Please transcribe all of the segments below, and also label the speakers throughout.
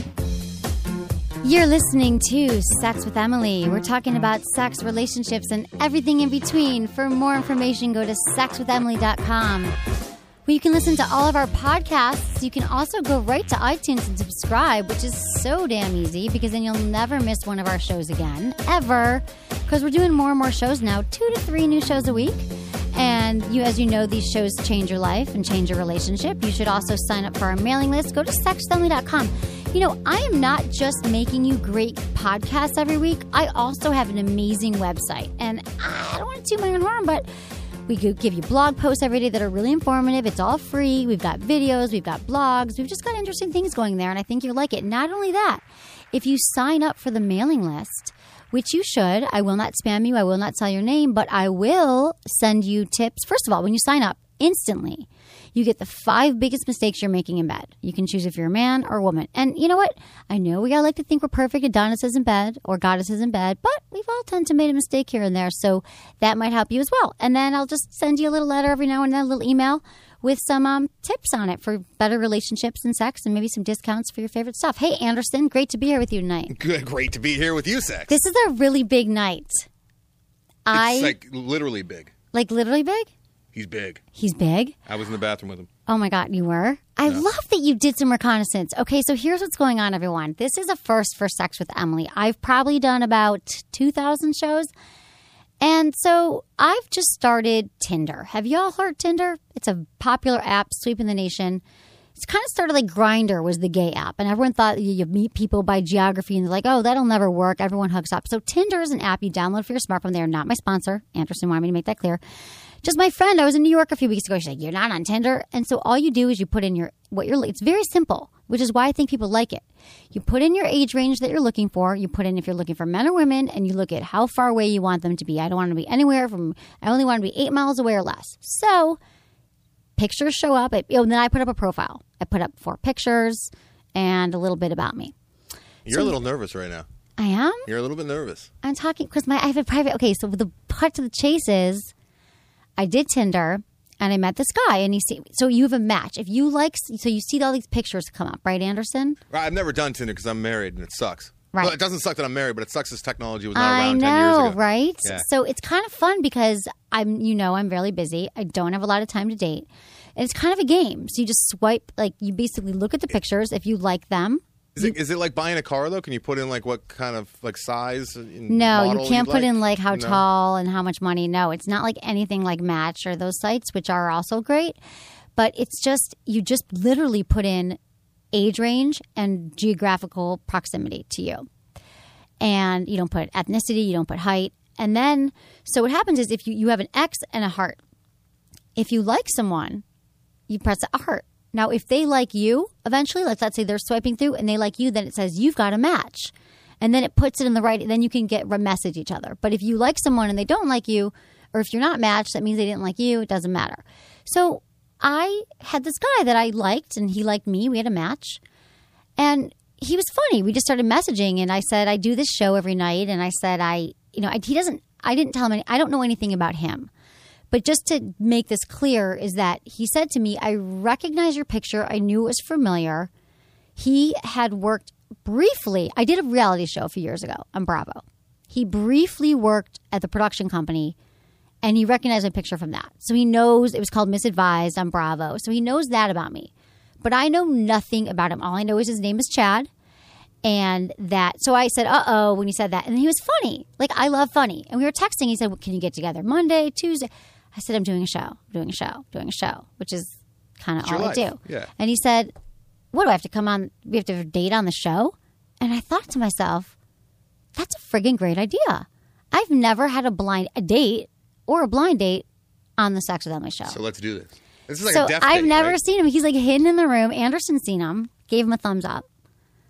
Speaker 1: You're listening to Sex with Emily. We're talking about sex, relationships, and everything in between. For more information, go to sexwithemily.com. Where you can listen to all of our podcasts. You can also go right to iTunes and subscribe, which is so damn easy because then you'll never miss one of our shows again, ever. Because we're doing more and more shows now, two to three new shows a week. And you, as you know, these shows change your life and change your relationship. You should also sign up for our mailing list. Go to sexwithemily.com. You know, I am not just making you great podcasts every week. I also have an amazing website. And I don't want to toot my own horn, but we could give you blog posts every day that are really informative. It's all free. We've got videos, we've got blogs, we've just got interesting things going there, and I think you'll like it. Not only that, if you sign up for the mailing list, which you should. I will not spam you. I will not tell your name, but I will send you tips. First of all, when you sign up, instantly, you get the five biggest mistakes you're making in bed. You can choose if you're a man or a woman. And you know what? I know we all like to think we're perfect Adonises in bed or goddesses in bed, but we've all tend to made a mistake here and there. So that might help you as well. And then I'll just send you a little letter every now and then, a little email with some um, tips on it for better relationships and sex and maybe some discounts for your favorite stuff. Hey, Anderson, great to be here with you tonight.
Speaker 2: Good, great to be here with you, Sex.
Speaker 1: This is a really big night. I
Speaker 2: It's
Speaker 1: like,
Speaker 2: like literally big.
Speaker 1: literally big.
Speaker 2: He's big.
Speaker 1: He's big.
Speaker 2: I was in the bathroom with him.
Speaker 1: Oh my God, you were? I love that you did some reconnaissance. Okay, so here's what's going on, everyone. This is a first for Sex with Emily. I've probably done about 2,000 shows. And so I've just started Tinder. Have you all heard Tinder? It's a popular app sweeping the nation. It's kind of started like Grinder was the gay app, and everyone thought you, you meet people by geography, and they're like, "Oh, that'll never work." Everyone hooks up. So Tinder is an app you download for your smartphone. They are not my sponsor. Anderson wanted me to make that clear. Just my friend. I was in New York a few weeks ago. She's like, "You're not on Tinder," and so all you do is you put in your what you're. It's very simple, which is why I think people like it. You put in your age range that you're looking for. You put in if you're looking for men or women, and you look at how far away you want them to be. I don't want them to be anywhere from. I only want them to be eight miles away or less. So pictures show up. It, oh, and then I put up a profile. I put up four pictures and a little bit about me.
Speaker 2: You're a little nervous right now.
Speaker 1: I am.
Speaker 2: You're a little bit nervous.
Speaker 1: I'm talking because my I have a private. Okay, so the part to the chase is, I did Tinder and I met this guy, and he see. So you have a match. If you like, so you see all these pictures come up, right, Anderson?
Speaker 2: Right, I've never done Tinder because I'm married and it sucks.
Speaker 1: Right.
Speaker 2: Well, it doesn't suck that I'm married, but it sucks this technology was not
Speaker 1: I
Speaker 2: around
Speaker 1: know,
Speaker 2: 10 years ago.
Speaker 1: right?
Speaker 2: Yeah.
Speaker 1: So it's kind of fun because I'm, you know, I'm really busy. I don't have a lot of time to date. And it's kind of a game. So you just swipe, like you basically look at the pictures. If you like them,
Speaker 2: Is it, is it like buying a car though? Can you put in like what kind of like size? And
Speaker 1: No,
Speaker 2: model
Speaker 1: you can't
Speaker 2: you'd
Speaker 1: put in like how
Speaker 2: No.
Speaker 1: tall and how much money. No, it's not like anything like Match or those sites, which are also great. But it's just, you just literally put in age range and geographical proximity to you. And you don't put ethnicity, you don't put height. And then, so what happens is if you, you have an X and a heart, if you like someone, you press a heart. Now, if they like you, eventually, like let's say they're swiping through and they like you, then it says you've got a match, and then it puts it in the right. Then you can get message each other. But if you like someone and they don't like you, or if you're not matched, that means they didn't like you. It doesn't matter. So I had this guy that I liked, and he liked me. We had a match, and he was funny. We just started messaging, and I said I do this show every night, and I said I you know, I, he doesn't. I didn't tell him. Any, I don't know anything about him. But just to make this clear, is that he said to me, "I recognize your picture. I knew it was familiar." He had worked briefly. I did a reality show a few years ago on Bravo. He briefly worked at the production company, and he recognized my picture from that. So he knows it was called Misadvised on Bravo. So he knows that about me. But I know nothing about him. All I know is his name is Chad and that so i said uh-oh when he said that and he was funny like i love funny and we were texting he said well, can you get together monday tuesday i said i'm doing a show I'm doing a show doing a show which is kind of
Speaker 2: your
Speaker 1: all i
Speaker 2: life.
Speaker 1: do
Speaker 2: Yeah.
Speaker 1: and he said what do i have to come on we have to have a date on the show and i thought to myself that's a friggin' great idea i've never had a blind a date or a blind date on the sex with emily show
Speaker 2: So let's do this. This is like
Speaker 1: So
Speaker 2: a death
Speaker 1: i've
Speaker 2: date,
Speaker 1: never
Speaker 2: right?
Speaker 1: seen him he's like hidden in the room anderson's seen him gave him a thumbs up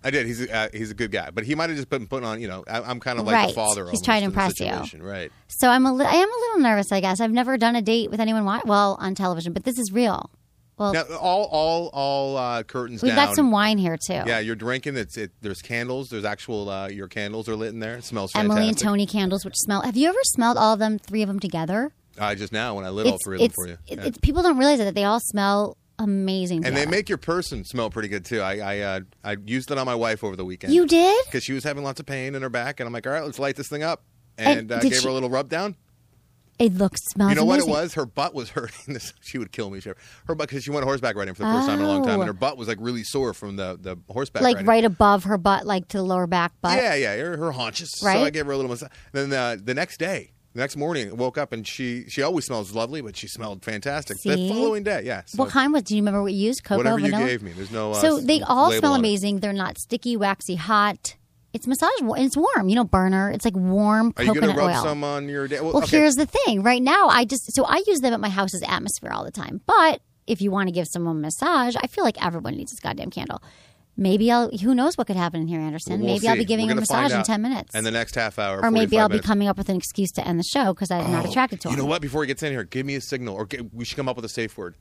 Speaker 2: I did. He's a, uh, he's a good guy, but he might have just been putting on. You know, I, I'm kind of like
Speaker 1: Right.
Speaker 2: the father.
Speaker 1: He's trying to
Speaker 2: almost in the
Speaker 1: impress you.
Speaker 2: situation, Right.
Speaker 1: So I'm a li- I am a little nervous, I guess. I've never done a date with anyone wa- well on television, but this is real. Well,
Speaker 2: Now all all all uh, curtains
Speaker 1: we've
Speaker 2: down.
Speaker 1: got some wine here too.
Speaker 2: Yeah, you're drinking. It's it. There's candles. There's actual. Uh, your candles are lit in there. It smells
Speaker 1: Emily and
Speaker 2: fantastic.
Speaker 1: Tony candles, which smell. Have you ever smelled all of them, three of them together?
Speaker 2: Uh, just now when I lit all three of them for you.
Speaker 1: it-
Speaker 2: Yeah.
Speaker 1: it's- people don't realize that they all smell amazing.
Speaker 2: and they
Speaker 1: together.
Speaker 2: make your person smell pretty good too. I I uh, I used it on my wife over the weekend.
Speaker 1: you did.
Speaker 2: because she was having lots of pain in her back, and I'm like, all right, let's light this thing up.
Speaker 1: And
Speaker 2: And, uh,
Speaker 1: did
Speaker 2: gave
Speaker 1: she-
Speaker 2: her a little rub down.
Speaker 1: It looks smells.
Speaker 2: you know what it
Speaker 1: amazing.
Speaker 2: was? Her butt was hurting. This she would kill me. She, her butt because she went horseback riding for the first time in a long time,
Speaker 1: Oh.
Speaker 2: and her butt was like really sore from the the horseback.
Speaker 1: Like
Speaker 2: riding.
Speaker 1: right above her butt, like to the lower back butt.
Speaker 2: Yeah, yeah, her, her haunches. So I
Speaker 1: Right?
Speaker 2: gave her a little massage. Then uh, the next day, the next morning, I woke up and she she always smells lovely, but she smelled fantastic.
Speaker 1: See?
Speaker 2: The following day, yeah. So
Speaker 1: what kind was? Do you remember what you used? Cocoa,
Speaker 2: whatever you
Speaker 1: vanilla?
Speaker 2: gave me, there's no. Uh,
Speaker 1: so
Speaker 2: s-
Speaker 1: they all
Speaker 2: label
Speaker 1: smell
Speaker 2: on it.
Speaker 1: amazing. They're not sticky, waxy, hot. It's massage. wa- It's warm. You know, burner. It's like warm
Speaker 2: Are you
Speaker 1: coconut
Speaker 2: gonna rub
Speaker 1: oil.
Speaker 2: some on your day?
Speaker 1: well,
Speaker 2: okay.
Speaker 1: here's the thing. Right now, I just so I use them at my house's atmosphere all the time. But if you want to give someone a massage, I feel like everyone needs this goddamn candle. Maybe I'll. Who knows what could happen in here, Anderson?
Speaker 2: We'll
Speaker 1: maybe I'll
Speaker 2: see.
Speaker 1: be giving
Speaker 2: We're
Speaker 1: a
Speaker 2: gonna find
Speaker 1: massage in
Speaker 2: out.
Speaker 1: ten minutes,
Speaker 2: And the next half hour,
Speaker 1: or maybe I'll
Speaker 2: 45
Speaker 1: be
Speaker 2: minutes.
Speaker 1: coming up with an excuse to end the show because I'm not attracted to him.
Speaker 2: Oh, You know what? Before he gets in here, give me a signal, or g we should come up with a safe word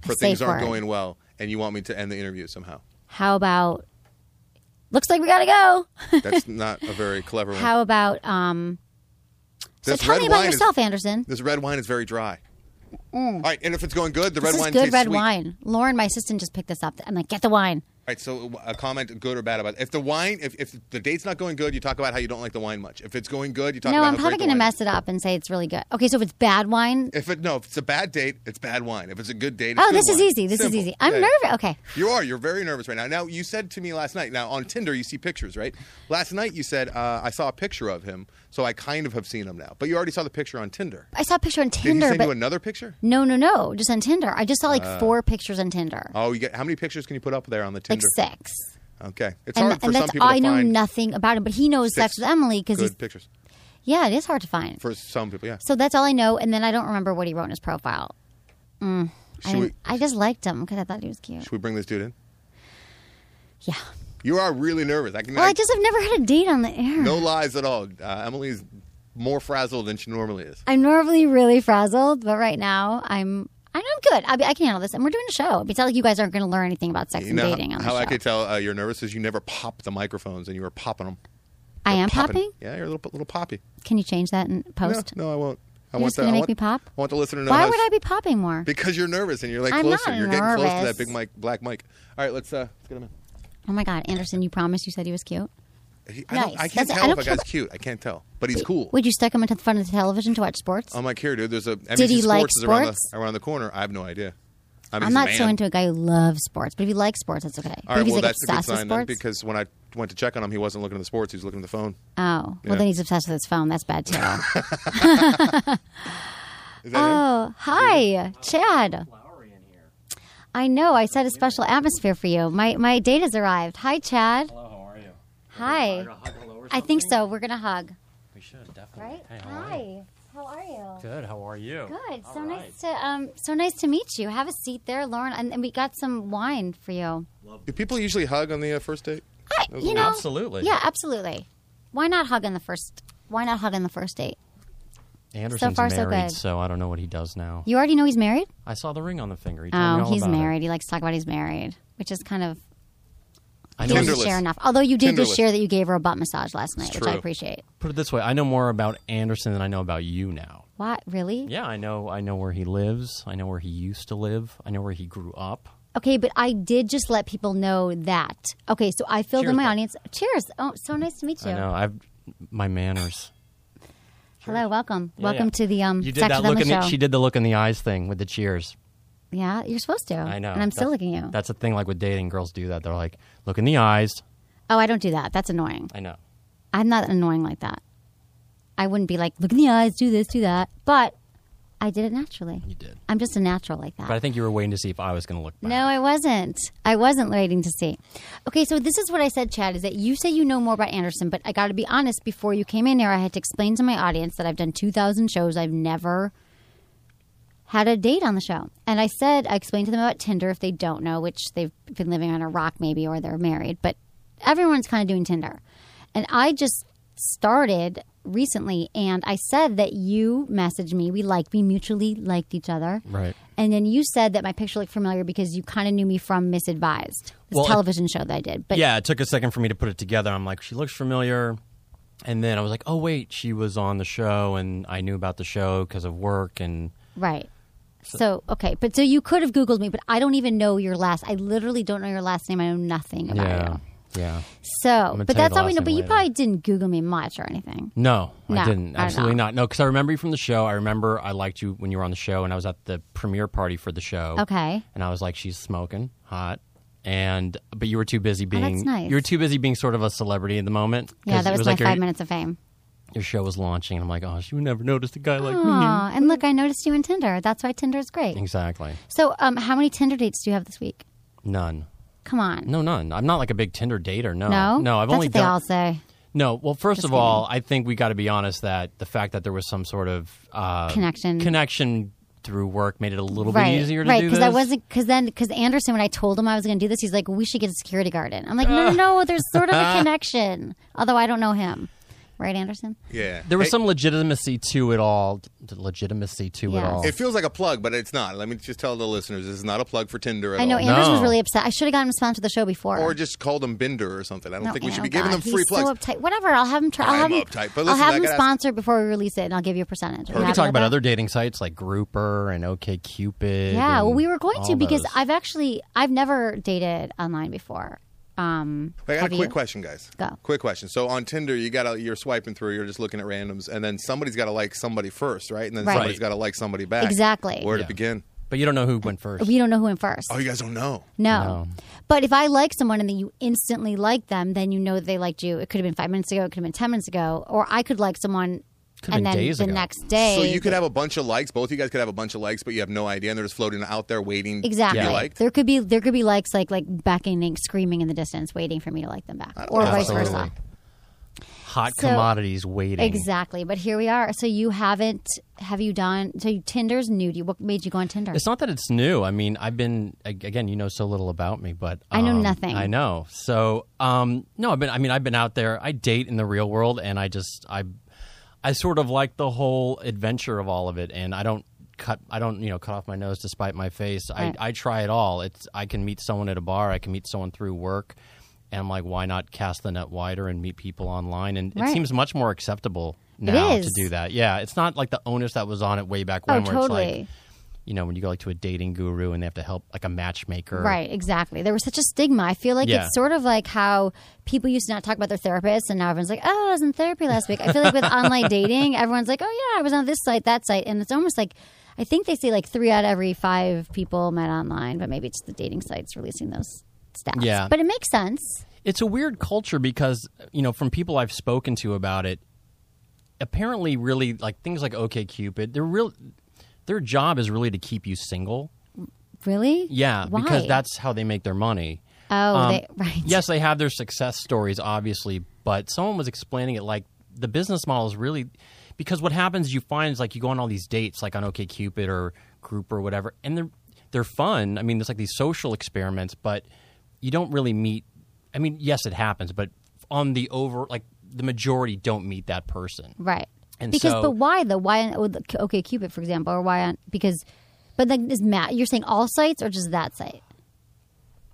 Speaker 2: for
Speaker 1: safe
Speaker 2: things aren't
Speaker 1: word.
Speaker 2: going well, and you want me to end the interview somehow.
Speaker 1: How about? Looks like we gotta go.
Speaker 2: That's not a very clever one.
Speaker 1: How about? um So
Speaker 2: This
Speaker 1: tell
Speaker 2: red
Speaker 1: me about
Speaker 2: wine is-
Speaker 1: yourself, Anderson.
Speaker 2: This red wine is very dry. All right, and if it's going good, the
Speaker 1: Mm. This
Speaker 2: red
Speaker 1: is
Speaker 2: wine
Speaker 1: good
Speaker 2: tastes
Speaker 1: red
Speaker 2: sweet.
Speaker 1: wine. Lauren, my assistant, just picked this up. I'm like, get the wine.
Speaker 2: All right, so uh, a comment, good or bad about it. If the wine, if, if the date's not going good, you talk about how you don't like the wine much. If it's going good, you talk
Speaker 1: no,
Speaker 2: about
Speaker 1: I'm
Speaker 2: how
Speaker 1: probably
Speaker 2: great the
Speaker 1: going to
Speaker 2: wine
Speaker 1: mess it up and say it's really good. Okay, so if it's bad wine,
Speaker 2: Is. If it no, if it's a bad date, it's bad wine. If it's a good date, it's
Speaker 1: oh,
Speaker 2: good
Speaker 1: this is
Speaker 2: wine.
Speaker 1: easy. This
Speaker 2: Simple.
Speaker 1: is easy. I'm
Speaker 2: Yeah.
Speaker 1: nervous. Okay,
Speaker 2: You are. You're very nervous right now. Now you said to me last night. Now on Tinder, you see pictures, right? Last night you said uh, I saw a picture of him, so I kind of have seen him now. But you already saw the picture on Tinder.
Speaker 1: I saw a picture on
Speaker 2: Did he
Speaker 1: Tinder,
Speaker 2: send
Speaker 1: but
Speaker 2: you Ah. another picture?
Speaker 1: no, no, no, just on Tinder. I just saw like four pictures on Tinder,
Speaker 2: Oh, you get how many pictures can you put up there on the
Speaker 1: like
Speaker 2: Tinder?
Speaker 1: six,
Speaker 2: Okay, it's
Speaker 1: and,
Speaker 2: hard for
Speaker 1: and
Speaker 2: some
Speaker 1: that's
Speaker 2: people
Speaker 1: all
Speaker 2: to
Speaker 1: I know
Speaker 2: find
Speaker 1: nothing about him. But he knows sex
Speaker 2: six
Speaker 1: with Emily because he's
Speaker 2: good pictures.
Speaker 1: yeah, it is hard to find.
Speaker 2: For some people, yeah.
Speaker 1: so that's all I know, and then I don't remember what he wrote in his profile. I,
Speaker 2: Should we,
Speaker 1: didn't- I just liked him because I thought he was cute.
Speaker 2: should we bring this dude in?
Speaker 1: Yeah.
Speaker 2: You are really nervous. I can.
Speaker 1: Well,
Speaker 2: I-
Speaker 1: I just have never had a date on the air.
Speaker 2: no lies at all. Uh, Emily's more frazzled than she normally is.
Speaker 1: I'm normally really frazzled, but right now I'm I'm good. I, I can handle this, and we're doing a show. It's not like you guys aren't going to learn anything about sex
Speaker 2: You
Speaker 1: and
Speaker 2: know how-
Speaker 1: dating on the
Speaker 2: how
Speaker 1: show.
Speaker 2: I could tell uh, you're nervous is you never pop the microphones and you were popping them.
Speaker 1: I am popping.
Speaker 2: Yeah, you're a little little poppy.
Speaker 1: Can you change that in
Speaker 2: No,
Speaker 1: post?
Speaker 2: no, I won't. I
Speaker 1: You're
Speaker 2: want
Speaker 1: just
Speaker 2: the,
Speaker 1: gonna
Speaker 2: I
Speaker 1: make
Speaker 2: want-
Speaker 1: me pop?
Speaker 2: I want the listener to know.
Speaker 1: Why
Speaker 2: how
Speaker 1: would
Speaker 2: s-
Speaker 1: I be popping more?
Speaker 2: Because you're nervous and you're like
Speaker 1: I'm
Speaker 2: closer.
Speaker 1: not
Speaker 2: you're getting close to
Speaker 1: nervous.
Speaker 2: that big mic, black mic. All right, let's uh, let's get him in.
Speaker 1: Oh my God, Anderson, you promised you said he was cute.
Speaker 2: He- I, don't-
Speaker 1: Nice.
Speaker 2: I can't
Speaker 1: That's- I
Speaker 2: tell
Speaker 1: don't
Speaker 2: if a
Speaker 1: care
Speaker 2: guy's cute. I can't tell, but he's cool.
Speaker 1: Would you stick him into the front of the television to watch sports?
Speaker 2: I'm like, here, dude. There's a NBC
Speaker 1: he like
Speaker 2: is around the,
Speaker 1: sports?
Speaker 2: around the corner. I have no idea. I
Speaker 1: I'm
Speaker 2: mean, he's a
Speaker 1: not so
Speaker 2: man.
Speaker 1: into a guy who loves sports, but if he likes sports, that's okay.
Speaker 2: All
Speaker 1: but
Speaker 2: right,
Speaker 1: if he's
Speaker 2: well,
Speaker 1: like
Speaker 2: that's a good
Speaker 1: obsessed with
Speaker 2: sign then,
Speaker 1: sports,
Speaker 2: because when I went to check on him, he wasn't looking at the sports. He was looking at the phone.
Speaker 1: oh, well
Speaker 2: Yeah.
Speaker 1: then he's obsessed with his phone. That's bad too.
Speaker 2: Is that him?
Speaker 1: Oh, hi, Chad. I know. I set a special atmosphere for you. My my date has arrived. Hi, Chad. Hello. How are you? Hi. I think so. We're gonna hug,
Speaker 3: We should definitely.
Speaker 1: right?
Speaker 3: Hey, how are
Speaker 1: Hi.
Speaker 3: you?
Speaker 1: How are you?
Speaker 3: Good. How are you?
Speaker 1: Good. So
Speaker 3: All
Speaker 1: nice
Speaker 3: right.
Speaker 1: to um. So nice to meet you. Have a seat there, Lauren. And, and we got some wine for you.
Speaker 2: Do people usually hug on the uh, first date?
Speaker 1: I,
Speaker 2: That was
Speaker 1: you
Speaker 2: weird.
Speaker 1: know.
Speaker 3: Absolutely.
Speaker 1: Yeah, absolutely. Why not hug on the first? Why not hug on the first date?
Speaker 3: Anderson's
Speaker 1: far, so
Speaker 3: married,
Speaker 1: good.
Speaker 3: I don't know what he does now.
Speaker 1: You already know he's married.
Speaker 3: I saw the ring on the finger. He told me
Speaker 1: Oh,
Speaker 3: all
Speaker 1: he's
Speaker 3: about it.
Speaker 1: married. He likes to talk about he's married, which is kind of
Speaker 3: I
Speaker 1: You
Speaker 3: know
Speaker 1: didn't
Speaker 2: Tinderless.
Speaker 1: share enough. Although you did just
Speaker 2: Tinderless.
Speaker 1: share that you gave her a butt massage last night, which I
Speaker 2: true.
Speaker 1: appreciate.
Speaker 3: Put it this way: I know more about Anderson than I know about you now.
Speaker 1: What really?
Speaker 3: Yeah, I know. I know where he lives. I know where he used to live. I know where he grew up.
Speaker 1: Okay, but I did just let people know that. Okay, so I filled in
Speaker 3: Cheers,
Speaker 1: my
Speaker 3: bud.
Speaker 1: audience. Cheers. Oh, so nice to meet you.
Speaker 3: I know. I've my manners.
Speaker 1: Hello, welcome.
Speaker 3: Yeah,
Speaker 1: welcome
Speaker 3: yeah.
Speaker 1: to the um
Speaker 3: You did
Speaker 1: Sex
Speaker 3: that
Speaker 1: with
Speaker 3: look
Speaker 1: Emma
Speaker 3: in the,
Speaker 1: show.
Speaker 3: she did the look in the eyes thing with the cheers.
Speaker 1: yeah, you're supposed to.
Speaker 3: I know.
Speaker 1: And I'm still
Speaker 3: That's-
Speaker 1: looking at you.
Speaker 3: That's the thing. Like with dating, girls do that. They're like, look in the eyes.
Speaker 1: Oh, I don't do that. That's annoying.
Speaker 3: I know.
Speaker 1: I'm not annoying like that. I wouldn't be like, look in the eyes, do this, do that. But I did it naturally.
Speaker 3: You did.
Speaker 1: I'm just a natural like that.
Speaker 3: But I think you were waiting to see if I was going to look. Back.
Speaker 1: No, I wasn't. I wasn't waiting to see. Okay, so this is what I said, Chad, is that you say you know more about Anderson, but I got to be honest, before you came in here, I had to explain to my audience that I've done 2,000 shows. I've never had a date on the show. And I said, I explained to them about Tinder if they don't know, which they've been living on a rock maybe or they're married, but everyone's kind of doing Tinder. And I just started recently and I said that you messaged me. We like, we mutually liked each other.
Speaker 3: Right.
Speaker 1: And then you said that my picture looked familiar because you kind of knew me from Misadvised, this
Speaker 3: Well, I-
Speaker 1: television show that I did. But
Speaker 3: yeah, it took a second for me to put it together. I'm like, she looks familiar. And then I was like, oh, wait, she was on the show, and I knew about the show because of work. And
Speaker 1: Right. So okay, but so you could have Googled me, but I don't even know your last. I literally don't know your last name. I know nothing about
Speaker 3: yeah,
Speaker 1: you.
Speaker 3: yeah.
Speaker 1: So,
Speaker 3: gonna
Speaker 1: but
Speaker 3: tell you
Speaker 1: that's
Speaker 3: the
Speaker 1: all we
Speaker 3: last
Speaker 1: know. But
Speaker 3: name
Speaker 1: you
Speaker 3: later.
Speaker 1: probably didn't Google me much or anything.
Speaker 3: No,
Speaker 1: No,
Speaker 3: I didn't.
Speaker 1: I don't
Speaker 3: Absolutely
Speaker 1: know.
Speaker 3: not. No, because I remember you from the show. I remember I liked you when you were on the show, and I was at the premiere party for the show.
Speaker 1: Okay.
Speaker 3: And I was like, she's smoking hot. And but you were too busy
Speaker 1: Oh, that's
Speaker 3: being
Speaker 1: nice.
Speaker 3: you were too busy being sort of a celebrity in the moment.
Speaker 1: Yeah,
Speaker 3: 'Cause
Speaker 1: that
Speaker 3: it
Speaker 1: was, my
Speaker 3: like your,
Speaker 1: five minutes of fame.
Speaker 3: Your show was launching, and I'm like, oh, she would never notice a guy like
Speaker 1: Aw, and look, I noticed you on Tinder. That's why Tinder is great.
Speaker 3: me. Exactly.
Speaker 1: So, um, how many Tinder dates do you have this week?
Speaker 3: None.
Speaker 1: Come on.
Speaker 3: No, none. I'm not like a big Tinder dater. No,
Speaker 1: No.
Speaker 3: no. I've
Speaker 1: that's
Speaker 3: only
Speaker 1: what they
Speaker 3: done.
Speaker 1: all say.
Speaker 3: No, well, first
Speaker 1: Just
Speaker 3: of all, I think we got to be honest that the fact that there was some sort of uh,
Speaker 1: Connection.
Speaker 3: connection through work made it a little
Speaker 1: Right,
Speaker 3: bit easier to
Speaker 1: right,
Speaker 3: do
Speaker 1: because
Speaker 3: this.
Speaker 1: I wasn't because then because Anderson, when I told him I was going to do this, he's like, "We should get a security guard in." I'm like, "No, no, no, there's sort of a connection." Although I don't know him, right, Anderson?
Speaker 2: Yeah.
Speaker 3: There was
Speaker 2: Hey,
Speaker 3: some legitimacy to it all. t- Legitimacy to it
Speaker 1: Yes.
Speaker 3: all.
Speaker 2: It feels like a plug, but it's not. Let me just tell the listeners this is not a plug for Tinder at
Speaker 1: I know
Speaker 2: all.
Speaker 1: Anderson was
Speaker 3: No.
Speaker 1: really upset. I should have gotten him to sponsor the show before.
Speaker 2: Or just call them Binder or something. I don't
Speaker 1: No,
Speaker 2: think we should
Speaker 1: oh
Speaker 2: be giving
Speaker 1: God,
Speaker 2: them free
Speaker 1: he's
Speaker 2: plugs.
Speaker 1: So uptight. Whatever. I'll have him. Try, I'll have
Speaker 2: I'm
Speaker 1: him,
Speaker 2: uptight, but
Speaker 1: I'll
Speaker 2: listen,
Speaker 1: have
Speaker 2: I
Speaker 1: him
Speaker 2: gotta ask-
Speaker 1: sponsor before we release it, and I'll give you a percentage.
Speaker 3: we can talk about other dating sites like Grouper and OKCupid.
Speaker 1: Yeah, well,
Speaker 3: and
Speaker 1: we were going to
Speaker 3: all
Speaker 1: because
Speaker 3: those.
Speaker 1: I've actually I've never dated online before. Um,
Speaker 2: I got
Speaker 1: have
Speaker 2: a quick
Speaker 1: you?
Speaker 2: question, guys.
Speaker 1: Go.
Speaker 2: Quick question. So on Tinder, you gotta you're swiping through, you're just looking at randoms, and then somebody's gotta like somebody first, right? And then
Speaker 1: Right.
Speaker 2: somebody's
Speaker 3: Right.
Speaker 2: gotta like somebody back.
Speaker 1: Exactly.
Speaker 2: Where to
Speaker 3: Yeah.
Speaker 2: begin?
Speaker 3: but you don't know who went first.
Speaker 1: We don't know who went first.
Speaker 2: Oh, you guys don't know.
Speaker 1: No. But if I like someone and then you instantly like them, then you know that they liked you. It could have been five minutes ago. It could have been 10 minutes ago. Or I could like someone
Speaker 3: Could have
Speaker 1: and
Speaker 3: been
Speaker 1: then
Speaker 3: days
Speaker 1: the
Speaker 3: ago.
Speaker 1: next day.
Speaker 2: So you could have a bunch of likes. Both of you guys could have a bunch of likes, but you have no idea, and they're just floating out there waiting
Speaker 1: Exactly.
Speaker 2: to be liked.
Speaker 1: There could be there could be likes like like beckoning, screaming in the distance, waiting for me to like them back, or
Speaker 2: know.
Speaker 1: vice versa.
Speaker 3: Absolutely. Hot
Speaker 1: So-
Speaker 3: commodities waiting.
Speaker 1: Exactly. But here we are. So you haven't have you done? So you, Tinder's new to you. What made you go on Tinder?
Speaker 3: It's not that it's new. I mean, I've been ag- again. You know so little about me, but
Speaker 1: I know
Speaker 3: um,
Speaker 1: nothing.
Speaker 3: I know. So um, no, I've been. I mean, I've been out there. I date in the real world, and I just I I sort of like the whole adventure of all of it, and I don't cut. I don't you know cut off my nose to spite my face.
Speaker 1: Right.
Speaker 3: I, I try it all. It's I can meet someone at a bar. I can meet someone through work. And I'm like, why not cast the net wider and meet people online? And
Speaker 1: Right.
Speaker 3: it seems much more acceptable now
Speaker 1: is.
Speaker 3: to do that. Yeah, it's not like the onus that was on it way back when.
Speaker 1: oh,
Speaker 3: where It's like,
Speaker 1: totally.
Speaker 3: you know, when you go like to a dating guru and they have to help like a matchmaker.
Speaker 1: Right, exactly. There was such a stigma. I feel like
Speaker 3: Yeah.
Speaker 1: it's sort of like how people used to not talk about their therapists, and now everyone's like, "Oh, I was in therapy last week." I feel like with online dating, everyone's like, "Oh yeah, I was on this site, that site," and it's almost like I think they say like three out of every five people met online, but maybe it's the dating sites releasing those stats.
Speaker 3: Yeah.
Speaker 1: but it makes sense.
Speaker 3: It's a weird culture because, you know, from people I've spoken to about it, apparently really like things like OKCupid, they're real their job is really to keep you single.
Speaker 1: Really?
Speaker 3: Yeah,
Speaker 1: Why?
Speaker 3: because that's how they make their money.
Speaker 1: oh,
Speaker 3: Um,
Speaker 1: they, right.
Speaker 3: Yes, they have their success stories, obviously, but someone was explaining it like the business model is really because what happens you find is like you go on all these dates like on OKCupid or Group or whatever, and they're they're fun. I mean, there's like these social experiments, but you don't really meet. I mean, yes, it happens, but on the over like the majority don't meet that person.
Speaker 1: Right.
Speaker 3: And
Speaker 1: because,
Speaker 3: so-
Speaker 1: but why though? Why on oh, the- OK Cupid, for example, or why on because, but like is Matt? You're saying all sites or just that site?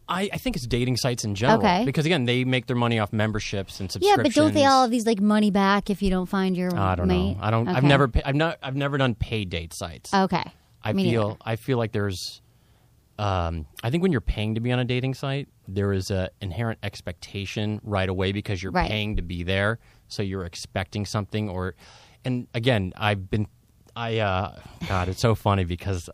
Speaker 3: I, I think it's dating sites in general.
Speaker 1: Okay.
Speaker 3: Because again, they make their money off memberships and
Speaker 1: Yeah,
Speaker 3: subscriptions.
Speaker 1: but don't they all have these like money back if you don't find your
Speaker 3: I don't
Speaker 1: mate?
Speaker 3: know. I don't. I've
Speaker 1: Okay.
Speaker 3: never. pa- I've not. I've never done paid date sites.
Speaker 1: Okay.
Speaker 3: I
Speaker 1: Me neither.
Speaker 3: feel. I feel like there's. Um, I think when you're paying to be on a dating site, there is a inherent expectation right away because you're
Speaker 1: Right.
Speaker 3: paying to be there, so you're expecting something. Or, and again, I've been. I uh, God, it's so funny because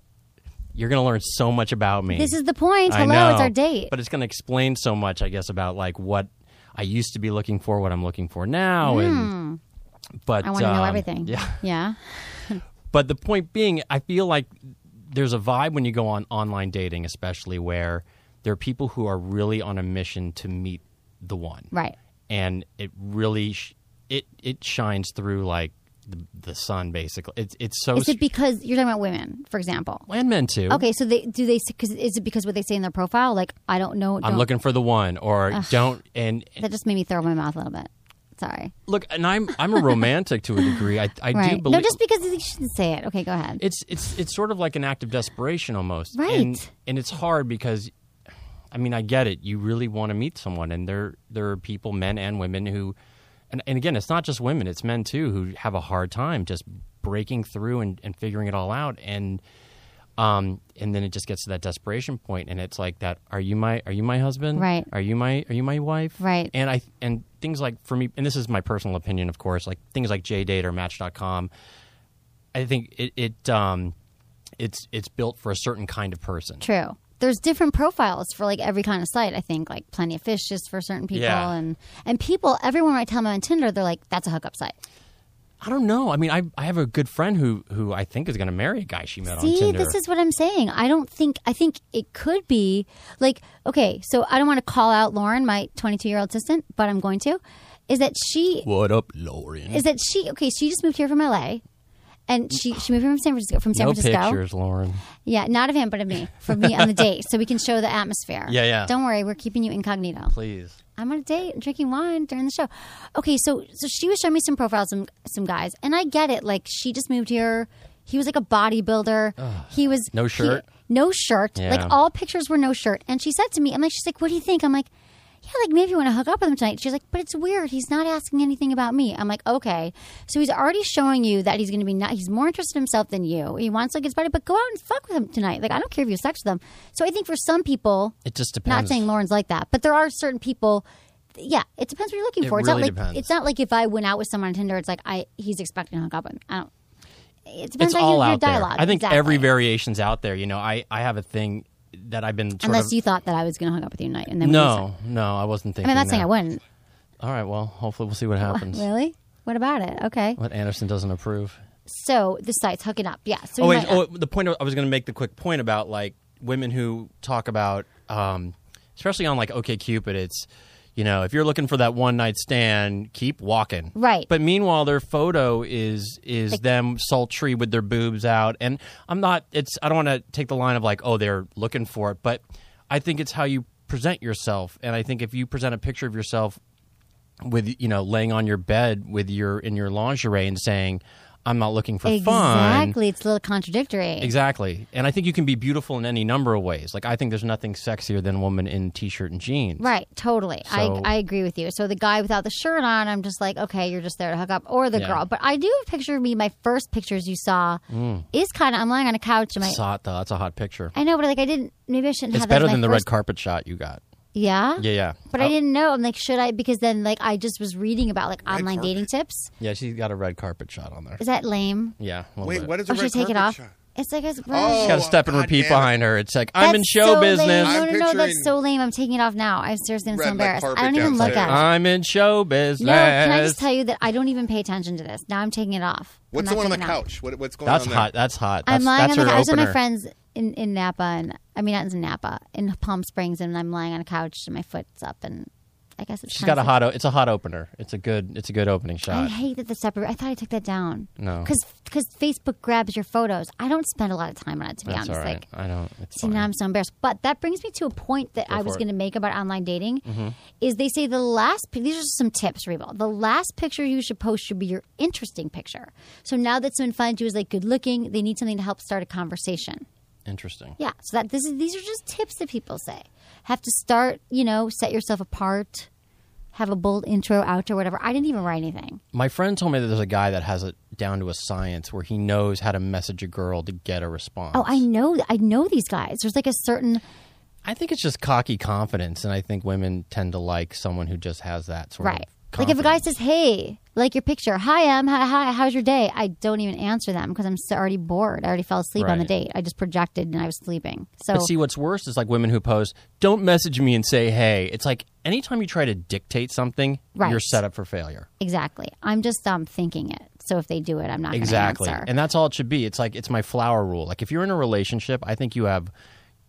Speaker 3: you're going to learn so much about me.
Speaker 1: This is the point.
Speaker 3: I
Speaker 1: Hello,
Speaker 3: know,
Speaker 1: it's our date.
Speaker 3: But it's going to explain so much, I guess, about like what I used to be looking for, what I'm looking for now, and but
Speaker 1: Hmm. I want to know
Speaker 3: um,
Speaker 1: everything.
Speaker 3: Yeah,
Speaker 1: Yeah.
Speaker 3: but the point being, I feel like there's a vibe when you go on online dating, especially where there are people who are really on a mission to meet the one,
Speaker 1: Right.
Speaker 3: And it really sh- it it shines through like the, the sun, basically. It's it's so
Speaker 1: Is it because you're talking about women, for example?
Speaker 3: and men too.
Speaker 1: Okay, so they do they because is it because what they say in their profile? Like I don't know.
Speaker 3: I'm
Speaker 1: don't-
Speaker 3: looking for the one, or don't and
Speaker 1: That just made me throw my mouth a little bit. Sorry.
Speaker 3: look, and I'm I'm a romantic to a degree. I I
Speaker 1: Right.
Speaker 3: do believe
Speaker 1: no, just because you shouldn't say it. Okay, go ahead.
Speaker 3: it's it's it's sort of like an act of desperation almost,
Speaker 1: Right.
Speaker 3: And, and it's hard because, I mean, I get it. You really want to meet someone, and there there are people, men and women, who, and, and again, it's not just women; it's men too who have a hard time just breaking through and, and figuring it all out and. Um, and then it just gets to that desperation point, and it's like that. Are you my Are you my husband?
Speaker 1: Right.
Speaker 3: Are you my Are you my wife?
Speaker 1: Right.
Speaker 3: And I and things like for me, and this is my personal opinion, of course. Like things like JDate or Match.com, I think it, it um, it's it's built for a certain kind of person.
Speaker 1: True. There's different profiles for like every kind of site. I think like plenty of fish just for certain people,
Speaker 3: Yeah.
Speaker 1: and and people. Everyone I tell them on Tinder, they're like, "That's a hookup site."
Speaker 3: I don't know. I mean, I I have a good friend who who I think is going to marry a guy she met on
Speaker 1: See,
Speaker 3: Tinder.
Speaker 1: this is what I'm saying. I don't think. I think it could be like okay. So I don't want to call out Lauren, my 22 year old assistant, but I'm going to. Is that she
Speaker 3: what up, Lauren?
Speaker 1: is that she okay she just moved here from la and she she moved here from san francisco from san
Speaker 3: no
Speaker 1: francisco
Speaker 3: pictures, Lauren.
Speaker 1: yeah not of him but of me for me on the date so we can show the atmosphere
Speaker 3: Yeah, yeah.
Speaker 1: don't worry we're keeping you incognito
Speaker 3: Please.
Speaker 1: i'm on a date and drinking wine during the show okay so so she was showing me some profiles some some guys and i get it like she just moved here he was like a bodybuilder he was
Speaker 3: No
Speaker 1: he-
Speaker 3: shirt?
Speaker 1: no shirt
Speaker 3: Yeah.
Speaker 1: like all pictures were no shirt and she said to me i'm like she's like what do you think i'm like yeah, like maybe you want to hook up with him tonight. She's like, but it's weird. He's not asking anything about me. I'm like, okay. So he's already showing you that he's going to be not. He's more interested in himself than you. He wants to like his buddy, but go out and fuck with him tonight. Like I don't care if you have sex with him. So I think for some people,
Speaker 3: It just depends.
Speaker 1: not saying Lauren's like that, but there are certain people. Yeah, it depends what you're looking
Speaker 3: It
Speaker 1: for. it's
Speaker 3: really
Speaker 1: not like
Speaker 3: depends.
Speaker 1: it's not like if I went out with someone on Tinder, it's like I he's expecting to hook up with me. I don't. It depends
Speaker 3: it's
Speaker 1: on
Speaker 3: all
Speaker 1: your, your
Speaker 3: out
Speaker 1: dialogue.
Speaker 3: there. I think
Speaker 1: Exactly.
Speaker 3: every variation's out there. You know, I I have a thing that I've been sort
Speaker 1: unless
Speaker 3: of,
Speaker 1: you thought that I was going to hook up with you tonight, and then we
Speaker 3: No, no, I
Speaker 1: I
Speaker 3: wasn't thinking.
Speaker 1: mean, I'm not saying
Speaker 3: that.
Speaker 1: I wouldn't.
Speaker 3: All right, well, hopefully we'll see what happens.
Speaker 1: Really? What about it? Okay.
Speaker 3: What Anderson doesn't approve.
Speaker 1: So the site's hooking up. Yeah. So
Speaker 3: oh
Speaker 1: we
Speaker 3: wait,
Speaker 1: might
Speaker 3: oh,
Speaker 1: not-
Speaker 3: the point of, I was going to make the quick point about like women who talk about, um, especially on like OK Cupid, it's you know if you're looking for that one night stand, keep walking.
Speaker 1: Right.
Speaker 3: But meanwhile, their photo is is them sultry with their boobs out, and I'm not. It's I don't want to take the line of like oh they're looking for it, but I think it's how you present yourself, and I think if you present a picture of yourself with you know laying on your bed with your in your lingerie and saying. I'm not looking for fun.
Speaker 1: exactly. It's a little contradictory.
Speaker 3: Exactly. And I think you can be beautiful in any number of ways. Like I think there's nothing sexier than a woman in t-shirt and jeans.
Speaker 1: Right, totally.
Speaker 3: So-
Speaker 1: I, I agree with you. So the guy without the shirt on, I'm just like, okay, you're just there to hook up, or the
Speaker 3: Yeah.
Speaker 1: girl. But I do have a picture of me. My first pictures you saw
Speaker 3: Mm.
Speaker 1: is kind of I'm lying on a couch. And my,
Speaker 3: It's hot though. That's a hot picture.
Speaker 1: I know, but like I didn't. Maybe I shouldn't
Speaker 3: It's
Speaker 1: have. that as
Speaker 3: better
Speaker 1: my
Speaker 3: than the
Speaker 1: first,
Speaker 3: red carpet shot you got.
Speaker 1: Yeah,
Speaker 3: Yeah, Oh. yeah.
Speaker 1: But I didn't know. I'm like, should I? Because then like I just was reading about like online dating tips.
Speaker 3: Yeah, she's got a red carpet shot on there.
Speaker 1: Is that lame?
Speaker 3: Yeah. a little
Speaker 2: Wait,
Speaker 3: bit.
Speaker 2: what is a
Speaker 1: Or should I
Speaker 2: red
Speaker 1: take it
Speaker 2: carpet
Speaker 1: off?
Speaker 2: shot?
Speaker 1: It's like a
Speaker 2: Oh,
Speaker 3: Got to step and
Speaker 2: God
Speaker 3: repeat
Speaker 2: damn it.
Speaker 3: behind her. It's like I'm in
Speaker 1: That's
Speaker 3: show
Speaker 1: so
Speaker 3: business.
Speaker 1: Lame. No,
Speaker 2: I'm
Speaker 1: no, no, that's
Speaker 2: picturing
Speaker 1: so lame. I'm taking it off now. I'm seriously I'm so
Speaker 2: red, like,
Speaker 1: embarrassed. I don't
Speaker 2: carpet
Speaker 1: even look
Speaker 2: downstairs.
Speaker 1: at it.
Speaker 3: I'm in show business.
Speaker 1: No, can I just tell you that I don't even pay attention to this? Now I'm taking it off.
Speaker 2: What's
Speaker 1: I'm
Speaker 2: the
Speaker 1: not
Speaker 2: one on the
Speaker 1: taking it off.
Speaker 2: couch? What, what's going
Speaker 3: That's
Speaker 2: on? there?
Speaker 3: hot. That's hot.
Speaker 1: I'm
Speaker 3: That's,
Speaker 1: lying
Speaker 3: that's
Speaker 1: on the
Speaker 3: her
Speaker 1: couch. I was with my
Speaker 3: opener.
Speaker 1: friends in, in Napa, and I mean, not in Napa, in Palm Springs, and I'm lying on a couch, and my foot's up, and I guess it's
Speaker 3: She's
Speaker 1: kinda
Speaker 3: got a
Speaker 1: sexy.
Speaker 3: hot. O- it's a hot opener. It's a good. It's a good opening
Speaker 1: I
Speaker 3: shot.
Speaker 1: hate that the separate. I thought I took that down.
Speaker 3: No.
Speaker 1: because Facebook grabs your photos. I don't spend a lot of time on it to be
Speaker 3: That's all
Speaker 1: honest.
Speaker 3: right.
Speaker 1: Like
Speaker 3: I don't. It's
Speaker 1: See, now
Speaker 3: fine.
Speaker 1: I'm so embarrassed. But that brings me to a point that I was
Speaker 3: for it. Mm-hmm.
Speaker 1: going to make about online dating is they say the last pic- these are some tips, Rebo. The last picture you should post should be your interesting picture. So now that someone finds you as like good looking, they need something to help start a conversation.
Speaker 3: Interesting.
Speaker 1: Yeah. So that this is these are just tips that people say. Have to start, you know, set yourself apart, have a bold intro, outro, whatever. I didn't even write anything.
Speaker 3: My friend told me that there's a guy that has it down to a science where he knows how to message a girl to get a response.
Speaker 1: Oh, I know I know these guys. There's like a certain
Speaker 3: I think it's just cocky confidence, and I think women tend to like someone who just has that sort
Speaker 1: right.
Speaker 3: of.
Speaker 1: Like if a guy
Speaker 3: confidence.
Speaker 1: says, "Hey, like your picture. Hi, I'm hi, hi. How's your day?" I don't even answer them because I'm so already bored. I already fell asleep on the
Speaker 3: Right.
Speaker 1: date. I just projected and I was sleeping. So
Speaker 3: But see, what's worse is like women who post, "Don't message me and say hey." It's like anytime you try to dictate something,
Speaker 1: Right.
Speaker 3: you're set up for failure.
Speaker 1: exactly, I'm just um thinking it. So if they do it, I'm not gonna
Speaker 3: Exactly,
Speaker 1: answer.
Speaker 3: and that's all it should be. It's like it's my flower rule. Like if you're in a relationship, I think you have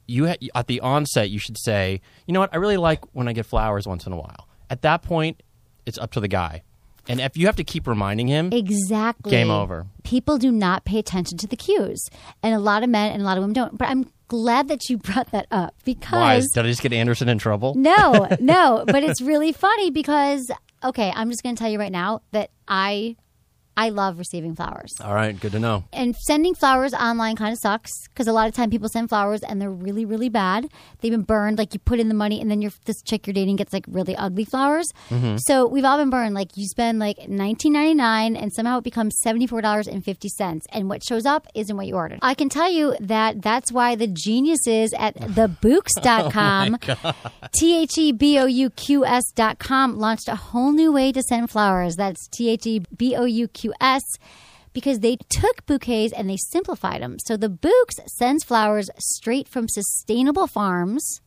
Speaker 3: you ha- at the onset you should say, "You know what? I really like when I get flowers once in a while." At that point, it's up to the guy, and if you have to keep reminding him,
Speaker 1: Exactly.
Speaker 3: Game over.
Speaker 1: People do not pay attention to the cues. And a lot of men and a lot of women don't. But I'm glad that you brought that up
Speaker 3: why
Speaker 1: because.
Speaker 3: did I just get Anderson in trouble?
Speaker 1: no, no. But it's really funny because, okay, I'm just going to tell you right now that I. I love receiving flowers.
Speaker 3: All right, good to know.
Speaker 1: And sending flowers online kind of sucks because a lot of time people send flowers and they're really, really bad. They've been burned. Like you put in the money and then your this chick you're dating gets like really ugly flowers. So we've all been burned. Like you spend like nineteen ninety nine and somehow it becomes seventy four dollars and fifty cents, and what shows up isn't what you ordered. I can tell you that that's why the geniuses at thebooks.com T H E B O U Q S dot com launched a whole new way to send flowers. That's T H E B O U Q S because they took bouquets and they simplified them. So the Books sends flowers straight from sustainable farms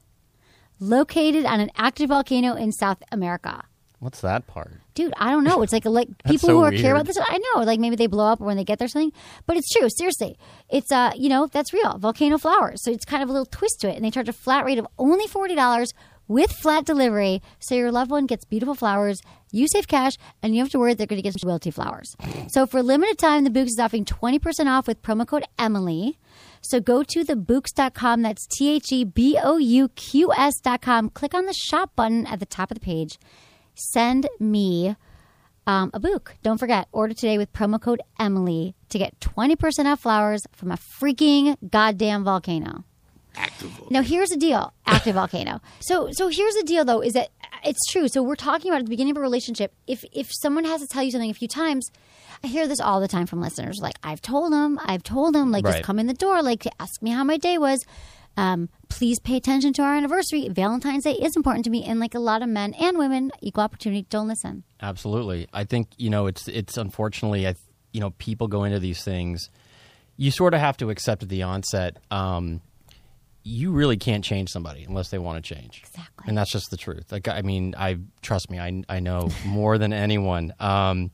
Speaker 1: located on an active volcano in South America.
Speaker 3: What's that part?
Speaker 1: Dude, I don't know. It's like like people
Speaker 3: so
Speaker 1: who are care
Speaker 3: weird.
Speaker 1: about this. I know, like maybe they blow up or when they get there or something. But it's true. Seriously, it's uh you know that's real volcano flowers. So it's kind of a little twist to it, and they charge a flat rate of only forty dollars with flat delivery. So your loved one gets beautiful flowers. You save cash, and you don't have to worry they're going to get royalty flowers. So for a limited time, the Books is offering twenty percent off with promo code Emily. So go to thebooks.com. That's T H E B O U Q S.com. Click on the shop button at the top of the page. Send me um, a book. Don't forget, order today with promo code Emily to get 20% off flowers from a freaking goddamn volcano. Active Now here's the deal. Active volcano. So so here's the deal though, is that it's true. So we're talking about at the beginning of a relationship, if if someone has to tell you something a few times, I hear this all the time from listeners. Like, I've told them, I've told them, like
Speaker 3: Right.
Speaker 1: just come in the door, like ask me how my day was. Um, please pay attention to our anniversary. Valentine's Day is important to me, and like a lot of men and women, equal opportunity, don't listen.
Speaker 3: Absolutely. I think you know it's it's unfortunately I th- you know people go into these things. You sort of have to accept at the onset. Um, you really can't change somebody unless they want to change. Exactly. And that's just the truth. Like I mean, I trust me. I I know more than anyone. Um,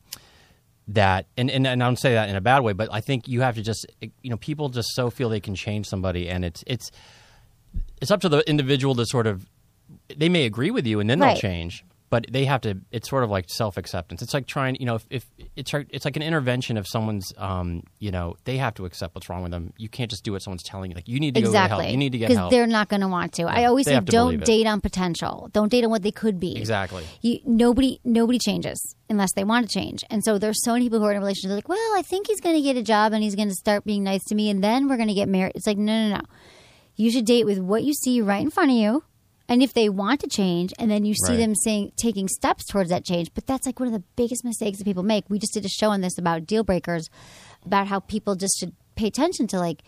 Speaker 3: that and, and and I don't say that in a bad way, but I think you have to just you know people just so feel they can change somebody, and it's it's it's up to the individual to sort of they may agree with you and then
Speaker 1: Right.
Speaker 3: they'll change but they have to it's sort of like self-acceptance it's like trying you know if, if it's like- it's like an intervention if someone's um you know they have to accept what's wrong with them you can't just do what someone's telling you like you need to go get
Speaker 1: Exactly.
Speaker 3: help you need to get
Speaker 1: because
Speaker 3: help
Speaker 1: they're not going to want to. I always
Speaker 3: they
Speaker 1: say,
Speaker 3: have to
Speaker 1: don't
Speaker 3: believe it.
Speaker 1: date on potential. Don't date on what they could be.
Speaker 3: Exactly.
Speaker 1: You, nobody nobody changes unless they want to change. And so there's so many people who are in a relationship. They're like, well, I think he's going to get a job and he's going to start being nice to me, and then we're going to get married. It's like, no, no, no. You should date with what you see right in front of you. And if they want to change, and then you see
Speaker 3: Right.
Speaker 1: them saying taking steps towards that change, but that's like one of the biggest mistakes that people make. We just did a show on this about deal breakers, about how people just should pay attention to like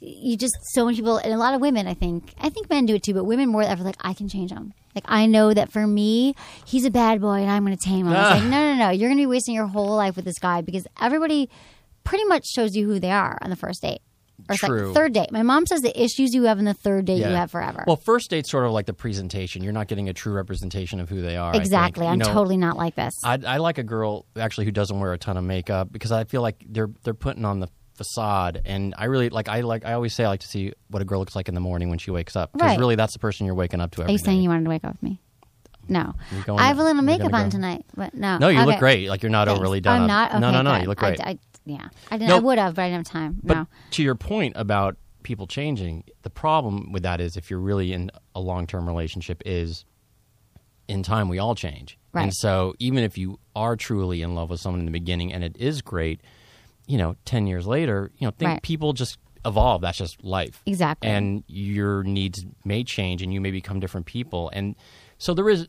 Speaker 1: you just so many people and a lot of women i think i think men do it too but women more ever like i can change him like i know that for me he's a bad boy and i'm gonna tame him it's like no no no you're gonna be wasting your whole life with this guy because everybody pretty much shows you who they are on the first date or sec-
Speaker 3: True.
Speaker 1: third date my mom says the issues you have on the third date you
Speaker 3: Yeah.
Speaker 1: have forever
Speaker 3: well first date's sort of like the presentation you're not getting a true representation of who they are I think.
Speaker 1: exactly
Speaker 3: You
Speaker 1: i'm
Speaker 3: know,
Speaker 1: totally not like this
Speaker 3: I, I like a girl actually who doesn't wear a ton of makeup because I feel like they're they're putting on the facade, and I really like I like I always say I like to see what a girl looks like in the morning when she wakes up because
Speaker 1: Right.
Speaker 3: really that's the person you're waking up to.
Speaker 1: are
Speaker 3: Every
Speaker 1: you saying
Speaker 3: day.
Speaker 1: you wanted to wake up with me no
Speaker 3: You going-
Speaker 1: i have a little
Speaker 3: you gonna
Speaker 1: makeup on
Speaker 3: go?
Speaker 1: tonight but no
Speaker 3: No, you
Speaker 1: okay.
Speaker 3: look great. Like you're not
Speaker 1: Thanks.
Speaker 3: overly done.
Speaker 1: i'm
Speaker 3: up.
Speaker 1: not okay,
Speaker 3: no, no, no.
Speaker 1: good.
Speaker 3: You look
Speaker 1: I-
Speaker 3: great.
Speaker 1: I- yeah i didn't
Speaker 3: No.
Speaker 1: i would have but i didn't have time
Speaker 3: but
Speaker 1: no
Speaker 3: to your point about people changing, the problem with that is if you're really in a long-term relationship is in time we all change.
Speaker 1: Right.
Speaker 3: And so even if you are truly in love with someone in the beginning and it is great, you know, 10 years later, you know, think
Speaker 1: Right.
Speaker 3: people just evolve. That's just life.
Speaker 1: Exactly.
Speaker 3: And your needs may change, and you may become different people. And so there is,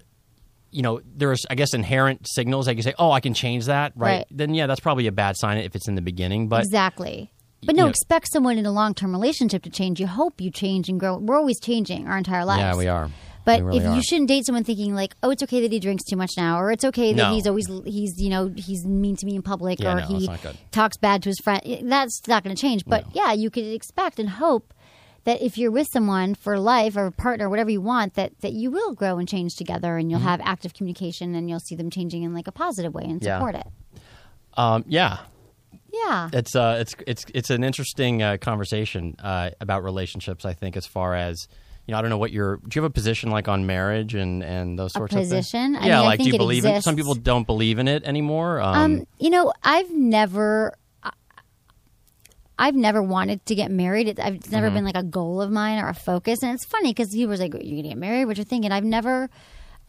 Speaker 3: you know, there's I guess inherent signals that you say, oh, I can change that, right?
Speaker 1: Right.
Speaker 3: Then yeah, that's probably a bad sign if it's in the beginning. But
Speaker 1: exactly. But
Speaker 3: you
Speaker 1: no,
Speaker 3: know-
Speaker 1: expect someone in a long term relationship to change. You hope you change and grow. We're always changing our entire lives.
Speaker 3: yeah, we are.
Speaker 1: But
Speaker 3: We really
Speaker 1: if
Speaker 3: are.
Speaker 1: you shouldn't date someone thinking like, oh, it's okay that he drinks too much now, or it's okay that
Speaker 3: No.
Speaker 1: he's always he's you know he's mean to me in public,
Speaker 3: Yeah,
Speaker 1: or
Speaker 3: no,
Speaker 1: he
Speaker 3: that's not good.
Speaker 1: talks bad to his friend, eh, that's not going to change. But yeah, you could expect and hope that if you're with someone for life or a partner, whatever you want, that that you will grow and change together, and you'll
Speaker 3: Mm-hmm.
Speaker 1: have active communication, and you'll see them changing in like a positive way and
Speaker 3: Yeah.
Speaker 1: support it.
Speaker 3: um, yeah,
Speaker 1: Yeah.
Speaker 3: it's uh, it's it's it's an interesting uh, conversation uh, about relationships. I think as far as you know, I don't know what your do you have a position like on marriage and and those sorts of
Speaker 1: position?
Speaker 3: things.
Speaker 1: I
Speaker 3: yeah,
Speaker 1: mean, I
Speaker 3: like
Speaker 1: think
Speaker 3: do you
Speaker 1: it
Speaker 3: believe in? Some
Speaker 1: exists.
Speaker 3: people don't believe in it anymore. Um,
Speaker 1: Um, you know, I've never. I- I've never wanted to get married. It- I've- It's never
Speaker 3: Mm-hmm.
Speaker 1: been like a goal of mine or a focus. And it's funny because he was like, "You're gonna get married." What you're thinking? I've never.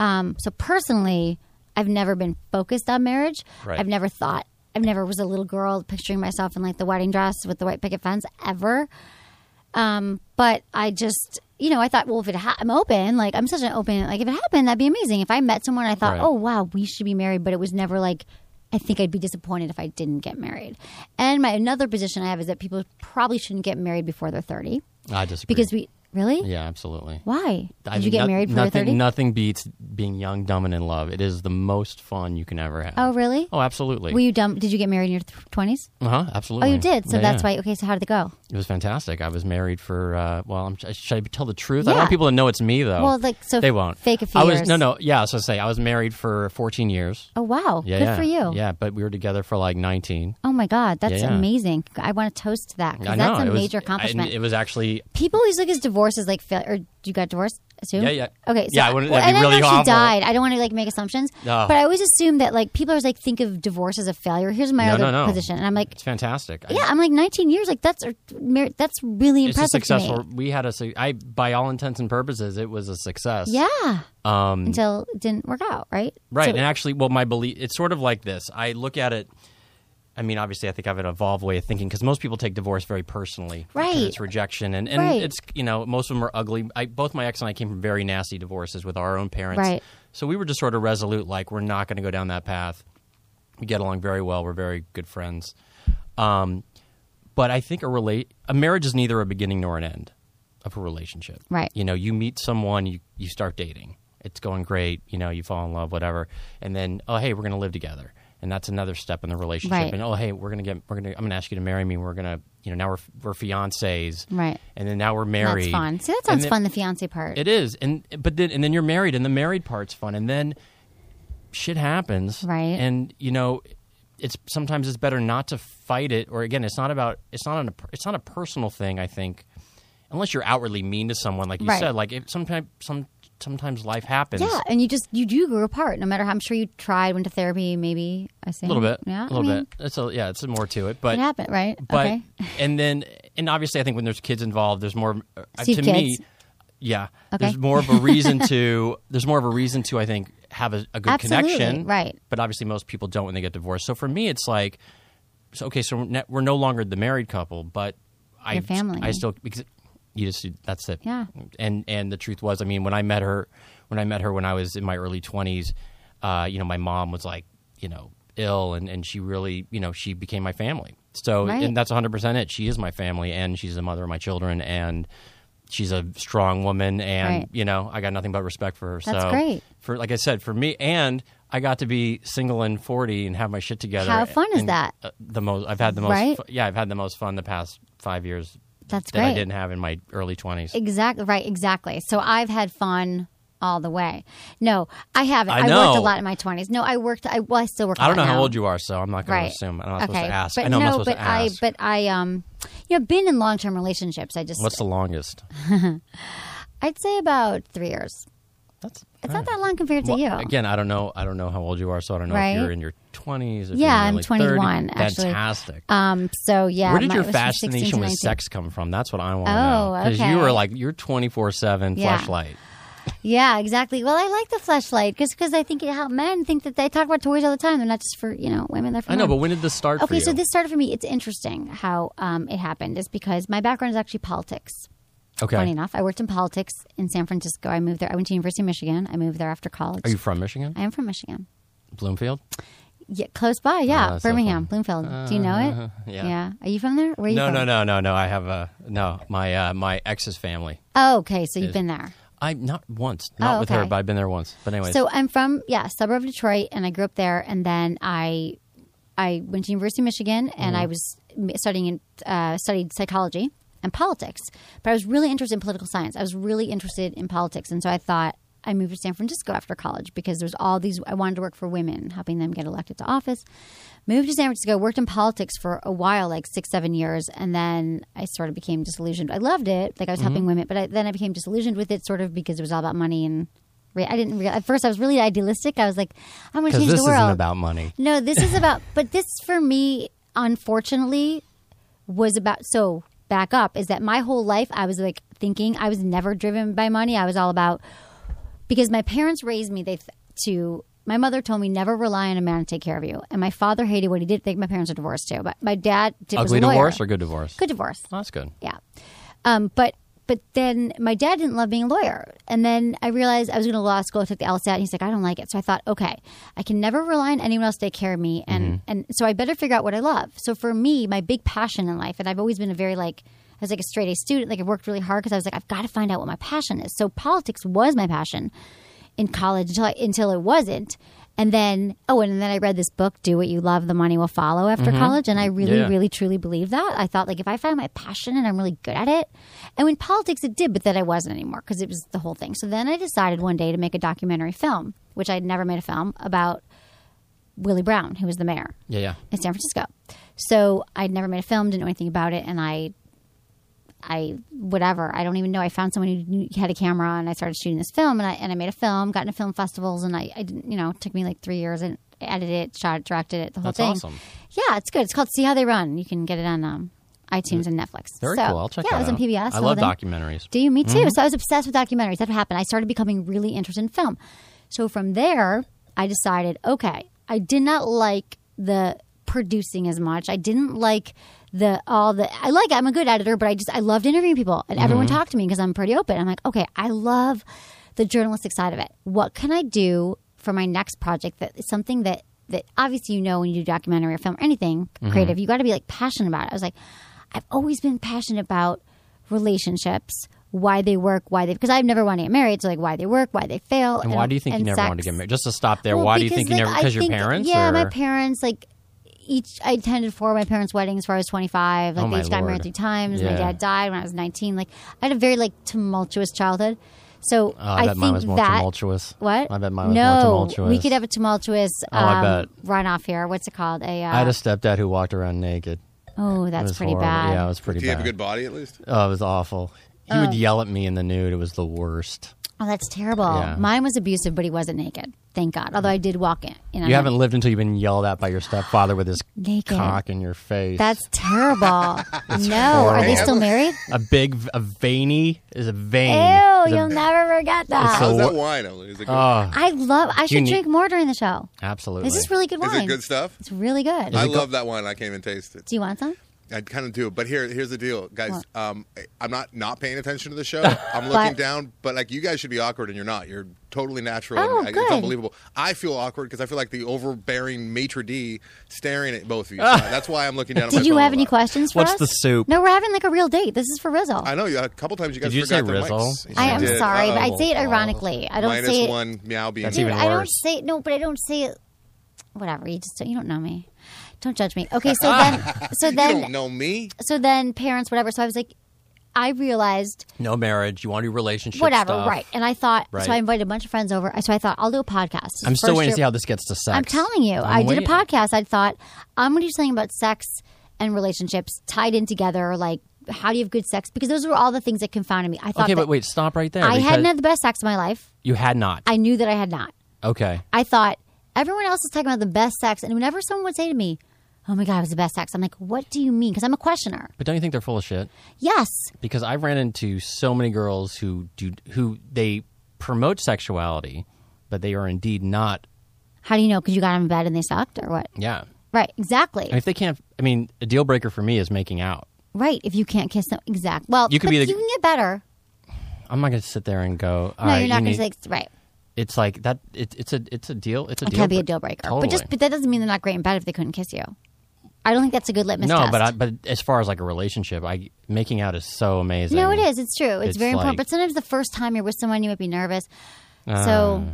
Speaker 1: Um, so personally, I've never been focused on marriage.
Speaker 3: Right.
Speaker 1: I've never thought. I've never was a little girl picturing myself in like the wedding dress with the white picket fence ever. Um, but I just, you know, I thought, well, if it, ha- I'm open, like I'm such an open, like if it happened, that'd be amazing. If I met someone, I thought,
Speaker 3: Right.
Speaker 1: oh wow, we should be married, but it was never like, I think I'd be disappointed if I didn't get married. And my another position I have is that people probably shouldn't get married before they're 30
Speaker 3: I disagree
Speaker 1: because we really,
Speaker 3: yeah, absolutely.
Speaker 1: why did
Speaker 3: I
Speaker 1: you
Speaker 3: mean,
Speaker 1: get
Speaker 3: no-
Speaker 1: married before
Speaker 3: nothing,
Speaker 1: 30?
Speaker 3: Nothing beats being young, dumb, and in love. It is the most fun you can ever have.
Speaker 1: Oh really?
Speaker 3: Oh, absolutely.
Speaker 1: Were you dumb? Did you get married in your th- 20s?
Speaker 3: uh huh. Absolutely.
Speaker 1: Oh, you did. So
Speaker 3: Yeah,
Speaker 1: that's
Speaker 3: yeah.
Speaker 1: why. Okay, so how did it go?
Speaker 3: it was fantastic. I was married for uh, well. I'm, should I tell the truth? I
Speaker 1: Yeah.
Speaker 3: don't want people to know it's me though.
Speaker 1: Well, like, so
Speaker 3: Oh. they won't
Speaker 1: fake a few
Speaker 3: I was
Speaker 1: years.
Speaker 3: no, no. Yeah, so say I was married for 14 years.
Speaker 1: Oh wow,
Speaker 3: Yeah,
Speaker 1: good
Speaker 3: yeah.
Speaker 1: for you.
Speaker 3: Yeah, but we were together for like 19.
Speaker 1: Oh my God, that's
Speaker 3: Yeah, yeah.
Speaker 1: amazing! I want to toast to that because
Speaker 3: I know
Speaker 1: that's a
Speaker 3: it was-
Speaker 1: major
Speaker 3: I-
Speaker 1: accomplishment.
Speaker 3: it was actually
Speaker 1: people always look at divorce as like failure. Or you got divorced? Assume.
Speaker 3: Yeah, yeah.
Speaker 1: Okay. So
Speaker 3: Yeah, I wouldn't- that'd
Speaker 1: and
Speaker 3: be really
Speaker 1: I've actually
Speaker 3: awful.
Speaker 1: died. I don't want to like make assumptions,
Speaker 3: No.
Speaker 1: but I always assume that like people always like think of divorce as a failure. Here's my
Speaker 3: No,
Speaker 1: other
Speaker 3: no, no.
Speaker 1: position, and I'm like,
Speaker 3: it's fantastic. I-
Speaker 1: yeah, I'm like 19 years. Like that's or, mar- that's really
Speaker 3: it's a
Speaker 1: impressive
Speaker 3: successful.
Speaker 1: to me.
Speaker 3: We had a. su- I by all intents and purposes, it was a success.
Speaker 1: Yeah.
Speaker 3: Um,
Speaker 1: Until it didn't work out, right?
Speaker 3: Right.
Speaker 1: So-
Speaker 3: and actually, well, my belief, it's sort of like this. I look at it, I mean, obviously, I think I have an evolved way of thinking because most people take divorce very personally. because
Speaker 1: Right.
Speaker 3: It's rejection. And, and
Speaker 1: Right.
Speaker 3: it's, you know, most of them are ugly. I, both my ex and I came from very nasty divorces with our own parents.
Speaker 1: Right.
Speaker 3: So we were just sort of resolute, like, we're not going to go down that path. We get along very well. We're very good friends. Um, but I think a relate a marriage is neither a beginning nor an end of a relationship.
Speaker 1: Right.
Speaker 3: You know, you meet someone, you you start dating. It's going great, you know, you fall in love, whatever. And then, oh hey, we're going to live together. And that's another step in the relationship.
Speaker 1: Right.
Speaker 3: And oh hey, we're going to get we're going to I'm going to ask you to marry me. We're going to, you know, now we're we're fiancés.
Speaker 1: Right.
Speaker 3: And then now we're married.
Speaker 1: that's fun. See, that
Speaker 3: And
Speaker 1: sounds
Speaker 3: then-
Speaker 1: fun. The fiance part.
Speaker 3: It is. And but then and then you're married and the married part's fun and then shit happens.
Speaker 1: Right.
Speaker 3: And you know, it's sometimes it's better not to fight it or again, it's not about it's not an it's not a personal thing, I think. Unless you're outwardly mean to someone like you
Speaker 1: Right.
Speaker 3: said, like if sometimes some sometimes life happens.
Speaker 1: yeah, and you just you do grow apart. No matter how I'm sure you tried, went to therapy, maybe I say
Speaker 3: A little bit.
Speaker 1: Yeah,
Speaker 3: A little
Speaker 1: I mean,
Speaker 3: bit. It's a, yeah, it's more to it, but
Speaker 1: It happened, right?
Speaker 3: but
Speaker 1: okay.
Speaker 3: and then and obviously I think when there's kids involved, there's more uh,
Speaker 1: See
Speaker 3: to
Speaker 1: kids.
Speaker 3: me. Yeah, there's
Speaker 1: Okay.
Speaker 3: more of a reason to there's more of a reason to I think have a, a good
Speaker 1: Absolutely,
Speaker 3: connection,
Speaker 1: right.
Speaker 3: But obviously most people don't when they get divorced. So for me, it's like so okay, so we're, ne- we're no longer the married couple, but I
Speaker 1: Your family.
Speaker 3: I still because you just that's it.
Speaker 1: Yeah.
Speaker 3: And and the truth was, I mean, when I met her, when I met her when I was in my early twenties, uh, you know, my mom was like, you know, ill, and and she really, you know, she became my family. So
Speaker 1: Right.
Speaker 3: and that's hundred percent it. She is my family, and she's the mother of my children, and. She's a strong woman, and
Speaker 1: Right.
Speaker 3: you know I got nothing but respect for her.
Speaker 1: That's
Speaker 3: so,
Speaker 1: great.
Speaker 3: For like I said, for me, and I got to be single and forty and have my shit together.
Speaker 1: How fun is
Speaker 3: and,
Speaker 1: that?
Speaker 3: uh, the most I've had the most
Speaker 1: Right?
Speaker 3: fu- yeah I've had the most fun the past five years
Speaker 1: That's
Speaker 3: that I
Speaker 1: great.
Speaker 3: didn't have in my early twenties.
Speaker 1: Exactly right. Exactly. So I've had fun all the way. No, I haven't.
Speaker 3: I
Speaker 1: I, worked
Speaker 3: know.
Speaker 1: a lot in my twenties. No, I worked. I well, I still work. I
Speaker 3: I don't know how old you are, so I'm not going to assume. I'm not
Speaker 1: okay.
Speaker 3: supposed to ask.
Speaker 1: But
Speaker 3: I know
Speaker 1: no,
Speaker 3: I'm not supposed
Speaker 1: but
Speaker 3: to ask.
Speaker 1: I, but I, um, you know, been in long term relationships. I just,
Speaker 3: What's the longest?
Speaker 1: I'd say about three years.
Speaker 3: That's
Speaker 1: It's not that long compared to
Speaker 3: Well,
Speaker 1: you.
Speaker 3: Again, I don't know. I don't know how old you are, so I don't know
Speaker 1: Right?
Speaker 3: if you're in your 20s. If
Speaker 1: Yeah,
Speaker 3: you're
Speaker 1: I'm
Speaker 3: nearly
Speaker 1: 21,
Speaker 3: 30.
Speaker 1: actually.
Speaker 3: Fantastic.
Speaker 1: Um. So yeah.
Speaker 3: Where did
Speaker 1: my-
Speaker 3: your
Speaker 1: it was from 16 to
Speaker 3: fascination with
Speaker 1: 19.
Speaker 3: sex come from? That's what I want to
Speaker 1: Oh,
Speaker 3: know. Because
Speaker 1: okay.
Speaker 3: you were like you're 24 seven
Speaker 1: Yeah.
Speaker 3: flashlight.
Speaker 1: Yeah, exactly. Well, I like the flashlight because I think it helped men think that they talk about toys all the time. They're not just for you know women. They're for
Speaker 3: I know,
Speaker 1: men.
Speaker 3: but when did this start? for
Speaker 1: Okay, so
Speaker 3: you?
Speaker 1: this started for me. It's interesting how um, it happened. Is because my background is actually politics.
Speaker 3: Okay.
Speaker 1: Funny enough, I worked in politics in San Francisco. I moved there. I went to University of Michigan. I moved there after college.
Speaker 3: Are you from Michigan?
Speaker 1: I am from Michigan.
Speaker 3: Bloomfield?
Speaker 1: Yeah, close by. Yeah,
Speaker 3: Oh, that's so
Speaker 1: Birmingham,
Speaker 3: funny.
Speaker 1: Bloomfield. Do you know it?
Speaker 3: yeah.
Speaker 1: Are you from there? Where are you
Speaker 3: No,
Speaker 1: from?
Speaker 3: no, no, no, no. I have a no. My uh, my ex's family.
Speaker 1: Oh, okay. So you've been there.
Speaker 3: I not once, not
Speaker 1: Oh,
Speaker 3: with her,
Speaker 1: okay.
Speaker 3: but I've been there once. But anyways,
Speaker 1: So I'm from yeah suburb of Detroit, and I grew up there, and then I I went to University of Michigan, and
Speaker 3: Mm-hmm.
Speaker 1: I was m- studying in, uh, studied psychology and politics, but I was really interested in political science. I was really interested in politics, and so I thought. I moved to San Francisco after college because there's all these. I wanted to work for women, helping them get elected to office. Moved to San Francisco, worked in politics for a while, like six, seven years, and then I sort of became disillusioned. I loved it, like I was helping
Speaker 3: Mm-hmm.
Speaker 1: women, but I, then I became disillusioned with it, sort of because it was all about money and Re- I didn't real at first. I was really idealistic. I was like, I'm going to
Speaker 3: because
Speaker 1: change
Speaker 3: this
Speaker 1: the world.
Speaker 3: isn't about money.
Speaker 1: no, this is about. but this for me, unfortunately, was about. So back up is that my whole life I was like thinking I was never driven by money. I was all about because my parents raised me. They th- to my mother told me never rely on a man to take care of you, and my father hated what he did. I think my parents are divorced too, but my dad did, was
Speaker 3: Ugly
Speaker 1: a lawyer.
Speaker 3: divorce or good divorce?
Speaker 1: good divorce.
Speaker 3: Oh, that's good.
Speaker 1: Yeah. Um, but but then my dad didn't love being a lawyer. And then I realized I was going to law school. I took the LSAT. And he's like, I don't like it. So I thought, okay, I can never rely on anyone else to take care of me. And, and so I better figure out what I love. So for me, my big passion in life, and I've always been a very like, I was like a straight A student. Like I worked really hard because I was like, I've got to find out what my passion is. So politics was my passion in college until I, until it wasn't. And then, oh, and then I read this book, "Do What You Love, the Money Will Follow." After college, and I really,
Speaker 3: Yeah.
Speaker 1: really, truly believe that. I thought, like, if I find my passion and I'm really good at it, and in politics it did, but then I wasn't anymore because it was the whole thing. So then I decided one day to make a documentary film, which I'd never made a film about Willie Brown, who was the mayor
Speaker 3: Yeah, yeah.
Speaker 1: in San Francisco. So I'd never made a film, didn't know anything about it, and I, I whatever, I don't even know. I found someone who knew, had a camera, and I started shooting this film, and I and I made a film, got into film festivals, and I, I didn't, you know, it took me like three years and edited it, shot it, directed it, the whole
Speaker 3: That's
Speaker 1: thing.
Speaker 3: awesome.
Speaker 1: Yeah, it's good. It's called See How They Run. You can get it on um, iTunes and Netflix.
Speaker 3: Very
Speaker 1: So,
Speaker 3: cool. I'll check
Speaker 1: yeah,
Speaker 3: that
Speaker 1: it was
Speaker 3: out.
Speaker 1: on PBS.
Speaker 3: I
Speaker 1: the whole
Speaker 3: love
Speaker 1: thing.
Speaker 3: documentaries.
Speaker 1: Do you? Me too. So I was obsessed with documentaries. That happened. I started becoming really interested in film. So from there, I decided, okay, I did not like the producing as much. I didn't like the all the I like I'm a good editor, but I just I loved interviewing people and everyone talked to me because I'm pretty open. I'm like, okay, I love the journalistic side of it. What can I do for my next project that is something that that obviously you know when you do documentary or film or anything creative, you got to be like passionate about it. I was like, I've always been passionate about relationships, why they work, why they because I've never wanted to get married, so like why they work, why they fail.
Speaker 3: And why do you think you never wanted to get
Speaker 1: sex.
Speaker 3: married? Just to stop there.
Speaker 1: Well,
Speaker 3: why do you
Speaker 1: because,
Speaker 3: think you
Speaker 1: like,
Speaker 3: never?
Speaker 1: I
Speaker 3: Because your
Speaker 1: think-
Speaker 3: parents?
Speaker 1: Yeah,
Speaker 3: or?
Speaker 1: my parents like each. I attended four of my parents' weddings before I was twenty five. Like
Speaker 3: Oh,
Speaker 1: they
Speaker 3: my
Speaker 1: each got
Speaker 3: Lord.
Speaker 1: married three times. My
Speaker 3: Yeah.
Speaker 1: dad died when I was nineteen. Like I had a very like tumultuous childhood. So
Speaker 3: Oh, I, bet
Speaker 1: think
Speaker 3: mine was more
Speaker 1: that
Speaker 3: tumultuous.
Speaker 1: what
Speaker 3: I bet mine was more
Speaker 1: no,
Speaker 3: tumultuous.
Speaker 1: we could have a tumultuous
Speaker 3: Oh, I
Speaker 1: um,
Speaker 3: bet.
Speaker 1: runoff here. What's it called? A uh,
Speaker 3: I had a stepdad who walked around naked.
Speaker 1: oh,
Speaker 3: It
Speaker 1: that's
Speaker 3: was
Speaker 1: pretty
Speaker 3: horrible.
Speaker 1: bad.
Speaker 3: Yeah, it was pretty
Speaker 2: Do you
Speaker 3: bad.
Speaker 2: have a good body at least?
Speaker 3: oh, it was awful. He would yell at me in the nude. It was the worst.
Speaker 1: oh, that's terrible.
Speaker 3: Yeah.
Speaker 1: Mine was abusive, but he wasn't naked. Thank God. Although I did walk in. know,
Speaker 3: You haven't lived until you've been yelled at by your stepfather with his
Speaker 1: Naked.
Speaker 3: cock in your face.
Speaker 1: That's terrible. no, are they
Speaker 3: horrible.
Speaker 1: still married?
Speaker 3: a big, a veiny is a vein.
Speaker 1: Ew,
Speaker 3: Is a-
Speaker 1: you'll never forget that.
Speaker 3: so-
Speaker 2: How's
Speaker 3: what-
Speaker 2: that wine, Emily? Is it good?
Speaker 3: Oh,
Speaker 1: I love. I should
Speaker 3: need-
Speaker 1: drink more during the show.
Speaker 3: absolutely.
Speaker 1: This is really good
Speaker 2: is
Speaker 1: wine.
Speaker 2: it good stuff?
Speaker 1: It's really good.
Speaker 2: I love that wine. I can't even taste it.
Speaker 1: Do you want some?
Speaker 2: I kind of do, but here, here's the deal, guys.
Speaker 1: What?
Speaker 2: Um, I- I'm not not paying attention to the show. I'm looking
Speaker 1: But-
Speaker 2: down, but like you guys should be awkward, and you're not. You're totally natural.
Speaker 1: Oh,
Speaker 2: and I-
Speaker 1: good.
Speaker 2: It's unbelievable. I feel awkward because I feel like the overbearing maitre d staring at both of you. That's why I'm looking down. at my
Speaker 1: Did you
Speaker 2: phone
Speaker 1: have
Speaker 2: a
Speaker 1: any
Speaker 2: lot.
Speaker 1: questions for
Speaker 3: What's
Speaker 1: us?
Speaker 3: the soup?
Speaker 1: No, we're having like a real date. This is for Rizzo.
Speaker 2: I know you- a couple times you guys
Speaker 3: Did you
Speaker 2: forgot
Speaker 3: say
Speaker 2: the
Speaker 3: Rizzo?
Speaker 2: mics.
Speaker 1: I
Speaker 2: You
Speaker 1: am
Speaker 2: did.
Speaker 1: sorry, but I
Speaker 2: Uh-oh.
Speaker 1: say it ironically. I don't
Speaker 2: Minus
Speaker 1: say it.
Speaker 2: one meow bean.
Speaker 3: That's
Speaker 1: Dude,
Speaker 3: even
Speaker 1: I don't
Speaker 3: worse.
Speaker 1: say no, but I don't say it. Whatever. You just don't, you don't know me. Don't judge me. Okay, so then, so
Speaker 2: you don't
Speaker 1: then,
Speaker 2: know me.
Speaker 1: so then, parents, whatever. So I was like, I realized
Speaker 3: no marriage. You want to do relationship
Speaker 1: whatever,
Speaker 3: stuff.
Speaker 1: right? And I thought
Speaker 3: Right.
Speaker 1: so. I invited a bunch of friends over. So I thought I'll do a podcast. This is
Speaker 3: I'm
Speaker 1: the
Speaker 3: still
Speaker 1: first
Speaker 3: waiting
Speaker 1: year-
Speaker 3: to see how this gets to sex.
Speaker 1: I'm telling you, i did a podcast. I thought I'm going to do something about sex and relationships tied in together. Like, how do you have good sex? Because those were all the things that confounded me. I thought
Speaker 3: Okay,
Speaker 1: that
Speaker 3: but wait, stop right there.
Speaker 1: I hadn't
Speaker 3: because
Speaker 1: had the best sex of my life.
Speaker 3: You had not.
Speaker 1: I knew that I had not.
Speaker 3: okay.
Speaker 1: I thought everyone else is talking about the best sex, and whenever someone would say to me, "Oh my god, it was the best sex," I'm like, "What do you mean?" Because I'm a questioner.
Speaker 3: But don't you think they're full of shit?
Speaker 1: Yes,
Speaker 3: Because I've ran into so many girls who do who they promote sexuality, but they are indeed not.
Speaker 1: How do you know? Because you got them in bed and they sucked, or what?
Speaker 3: Yeah.
Speaker 1: Right, exactly.
Speaker 3: And if they can't, I mean, a deal breaker for me is making out.
Speaker 1: right, if you can't kiss them, exact. Well,
Speaker 3: You could
Speaker 1: but
Speaker 3: be the-
Speaker 1: you can get better.
Speaker 3: I'm not going to sit there and go.
Speaker 1: no,
Speaker 3: "Alright,
Speaker 1: you're not
Speaker 3: you
Speaker 1: going
Speaker 3: need-"
Speaker 1: to like right.
Speaker 3: It's like that. It, it's a. It's a deal. It's a
Speaker 1: It
Speaker 3: deal.
Speaker 1: can be a
Speaker 3: bre-
Speaker 1: deal breaker,
Speaker 3: Totally.
Speaker 1: but just but that doesn't mean they're not great in bed if they couldn't kiss you. I don't think that's a good litmus
Speaker 3: no,
Speaker 1: test.
Speaker 3: but I, but as far as like a relationship, I making out is so amazing.
Speaker 1: No, it is. It's true. It's,
Speaker 3: It's
Speaker 1: very important.
Speaker 3: like- Uh,
Speaker 1: But sometimes the first time you're with someone, you might be nervous. So,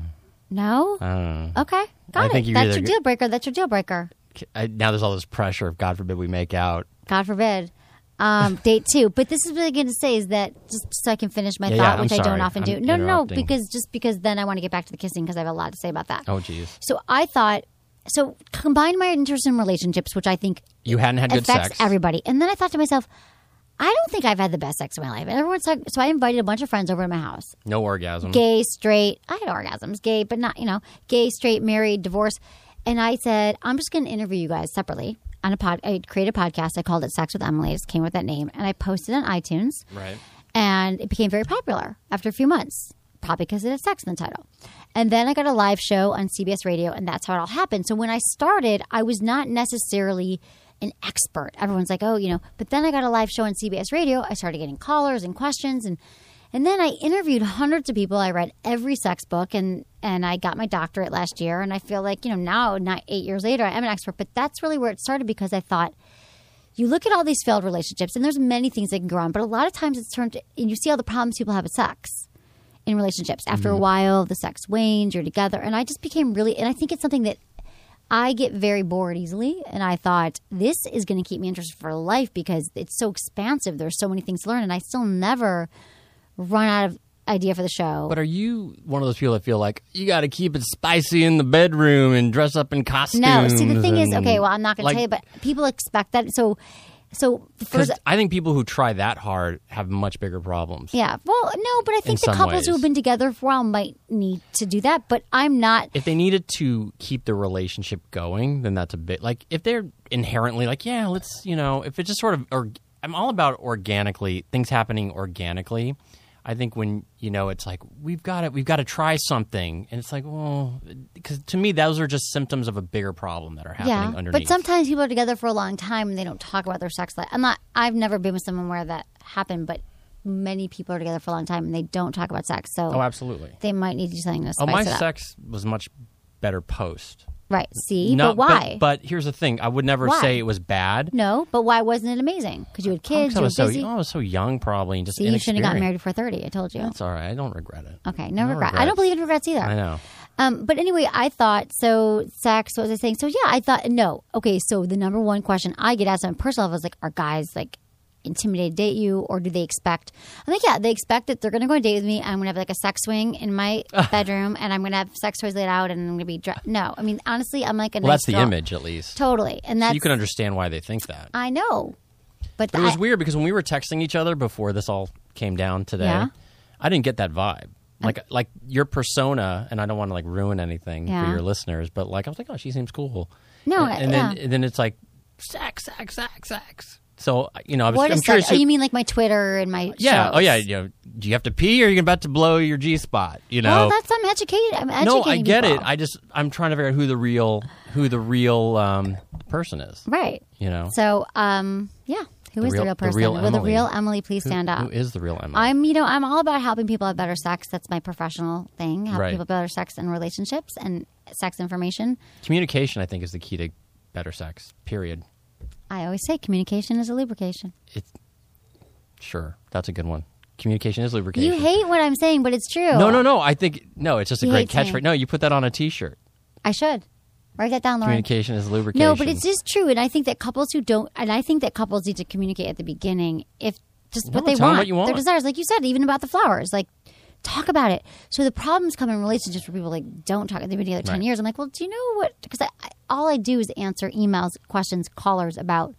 Speaker 1: no. okay, got
Speaker 3: I
Speaker 1: it.
Speaker 3: think you
Speaker 1: That's
Speaker 3: either
Speaker 1: your
Speaker 3: get-
Speaker 1: deal breaker. That's your deal breaker.
Speaker 3: I, now there's all this pressure of God forbid we make out.
Speaker 1: God forbid. Um, date two. But this is what I'm going to say is that just so I can finish my
Speaker 3: Yeah, yeah,
Speaker 1: thought,
Speaker 3: I'm
Speaker 1: which I
Speaker 3: sorry.
Speaker 1: don't often
Speaker 3: I'm
Speaker 1: do. No, no, no,
Speaker 3: interrupting.
Speaker 1: because just because then I want to get back to the kissing because I have a lot to say about that.
Speaker 3: Oh, jeez.
Speaker 1: So I thought. So combine my interest in relationships, which I think
Speaker 3: You hadn't had good
Speaker 1: affects
Speaker 3: sex.
Speaker 1: everybody. And then I thought to myself, I don't think I've had the best sex of my life. And everyone's talking, so I invited a bunch of friends over to my house.
Speaker 3: no orgasm.
Speaker 1: Gay, straight. I had orgasms, gay, but not, you know, gay, straight, married, divorced. And I said, I'm just going to interview you guys separately on a pod. I created a podcast. I called it Sex with Emily. It just came with that name. And I posted it on iTunes.
Speaker 3: Right.
Speaker 1: And it became very popular after a few months, probably because it had sex in the title. And then I got a live show on CBS Radio, and that's how it all happened. So when I started, I was not necessarily an expert. Everyone's like, oh, you know. But then I got a live show on CBS Radio. I started getting callers and questions, and and then I interviewed hundreds of people. I read every sex book, and and I got my doctorate last year. And I feel like you know now, not eight years later, I am an expert. But that's really where it started because I thought you look at all these failed relationships and there's many things that can go on but a lot of times it's turned to, and you see all the problems people have with sex in relationships after
Speaker 3: Mm-hmm.
Speaker 1: a while the sex wanes you're together and i just became really and i think it's something that i get very bored easily and i thought this is going to keep me interested for life because it's so expansive there's so many things to learn and i still never run out of idea for the show
Speaker 3: But are you one of those people that feel like you got to keep it spicy in the bedroom and dress up in costumes?
Speaker 1: no see the thing is
Speaker 3: and-
Speaker 1: okay well i'm not going
Speaker 3: like,
Speaker 1: to tell you but people expect that so so the first
Speaker 3: 'cause I think people who try that hard have much bigger problems.
Speaker 1: Yeah. Well, no, but I think the
Speaker 3: some
Speaker 1: couples who
Speaker 3: ways.
Speaker 1: have been together for a while might need to do that, but I'm not.
Speaker 3: If they needed to keep the relationship going, then that's a bit like if they're inherently like, yeah, let's you know, if it's just sort of, or I'm all about organically things happening organically. I think when you know it's like we've got it, we've got to try something, and it's like, well, because to me those are just symptoms of a bigger problem that are happening
Speaker 1: yeah.
Speaker 3: underneath.
Speaker 1: But sometimes people are together for a long time and they don't talk about their sex life. I'm not. I've never been with someone where that happened, but many people are together for a long time and they don't talk about sex. So
Speaker 3: oh, absolutely.
Speaker 1: they might need to do something to spice
Speaker 3: Oh, my
Speaker 1: it up.
Speaker 3: sex was much better post.
Speaker 1: right. See,
Speaker 3: No,
Speaker 1: but why?
Speaker 3: But, here's the thing: I would never
Speaker 1: Why?
Speaker 3: say it was bad.
Speaker 1: no, but why wasn't it amazing? Because you had kids,
Speaker 3: I
Speaker 1: you were
Speaker 3: was so
Speaker 1: busy.
Speaker 3: I was so young, probably. And just
Speaker 1: See, you shouldn't have gotten
Speaker 3: inexperienced.
Speaker 1: married before 30. I told you.
Speaker 3: That's all right. I don't regret it.
Speaker 1: okay, no, regret. I don't
Speaker 3: regrets.
Speaker 1: believe in regrets either.
Speaker 3: I know.
Speaker 1: Um, but anyway, I thought so. Sex, what was I saying? So yeah, I thought no. Okay, so the number one question I get asked on a personal level is like, are guys like intimidated to date you, or do they expect? I'm like, yeah, they expect that they're going to go on a date with me. I'm going to have like a sex swing in my bedroom, and I'm going to have sex toys laid out, and I'm going to be dre- no. I mean, honestly, I'm like a
Speaker 3: Well,
Speaker 1: nice
Speaker 3: that's the
Speaker 1: girl.
Speaker 3: image, at least.
Speaker 1: Totally, and that's
Speaker 3: you can understand why they think that.
Speaker 1: I know, but,
Speaker 3: But it was
Speaker 1: I-
Speaker 3: weird because when we were texting each other before this all came down today,
Speaker 1: Yeah.
Speaker 3: I didn't get that vibe. Like, like your persona, and I don't want to like ruin anything
Speaker 1: Yeah.
Speaker 3: for your listeners, but like I was like, oh, she seems cool.
Speaker 1: No,
Speaker 3: and, and then
Speaker 1: yeah.
Speaker 3: and then it's like sex, sex, sex, sex. So you know, I was,
Speaker 1: What
Speaker 3: I'm
Speaker 1: is that?
Speaker 3: curious.
Speaker 1: Oh,
Speaker 3: who-
Speaker 1: you mean like my Twitter and my
Speaker 3: yeah,
Speaker 1: shows?
Speaker 3: oh yeah. You know, do you have to pee, or you're about to blow your G spot? You know,
Speaker 1: Well, that's I'm educated. I'm educating
Speaker 3: no, I get
Speaker 1: people.
Speaker 3: it. I just I'm trying to figure out who the real who the real um, person is.
Speaker 1: right.
Speaker 3: You know,
Speaker 1: So, um, yeah, who
Speaker 3: The
Speaker 1: is
Speaker 3: real-
Speaker 1: the real
Speaker 3: the
Speaker 1: person?
Speaker 3: real
Speaker 1: Will the
Speaker 3: Emily.
Speaker 1: real Emily please stand up?
Speaker 3: who is the real Emily?
Speaker 1: I'm, you know, I'm all about helping people have better sex. That's my professional thing. Help
Speaker 3: Right.
Speaker 1: people have better sex and relationships and sex information.
Speaker 3: Communication, I think, is the key to better sex. Period.
Speaker 1: I always say communication is a lubrication.
Speaker 3: It's sure that's a good one. Communication is lubrication.
Speaker 1: You hate what I'm saying, but it's true.
Speaker 3: No, no, no. I think no. It's just a
Speaker 1: He
Speaker 3: great
Speaker 1: hates me.
Speaker 3: catchphrase. No, you put that on a T-shirt.
Speaker 1: I should write that down, Lauren.
Speaker 3: Communication is lubrication.
Speaker 1: No, but it's just true, and I think that couples who don't, and I think that couples need to communicate at the beginning if just
Speaker 3: No,
Speaker 1: what they
Speaker 3: tell 'em
Speaker 1: want,
Speaker 3: what you
Speaker 1: their
Speaker 3: want.
Speaker 1: desires, like you said, even about the flowers, like talk about it. So the problems come in relationships where people like don't talk. They've been together ten
Speaker 3: Right.
Speaker 1: years. I'm like, well, do you know what? Because I, I, all I do is answer emails, questions, callers about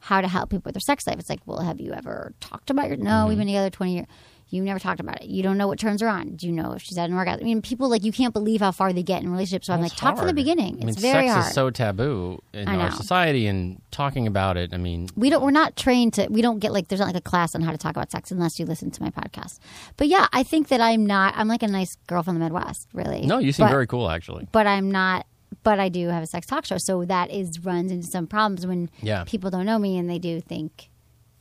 Speaker 1: how to help people with their sex life. It's like, well, have you ever talked about your? No,
Speaker 3: Mm-hmm.
Speaker 1: we've been together twenty years. You never talked about it. You don't know what turns her on. Do you know if she's had an orgasm? I mean, people like you can't believe how far they get in relationships. So I'm
Speaker 3: It's
Speaker 1: like, talk from the
Speaker 3: hard.
Speaker 1: beginning. It's
Speaker 3: I mean,
Speaker 1: very
Speaker 3: sex
Speaker 1: hard.
Speaker 3: is so taboo in
Speaker 1: I
Speaker 3: our
Speaker 1: know.
Speaker 3: society, and talking about it. I mean,
Speaker 1: we don't we're not trained to we don't get like there's not like a class on how to talk about sex unless you listen to my podcast but yeah i think that i'm not i'm like a nice girl from the midwest really
Speaker 3: no, you seem
Speaker 1: But-
Speaker 3: very cool actually.
Speaker 1: but i'm not but i do have a sex talk show so that is runs into some problems when
Speaker 3: Yeah.
Speaker 1: people don't know me and they do think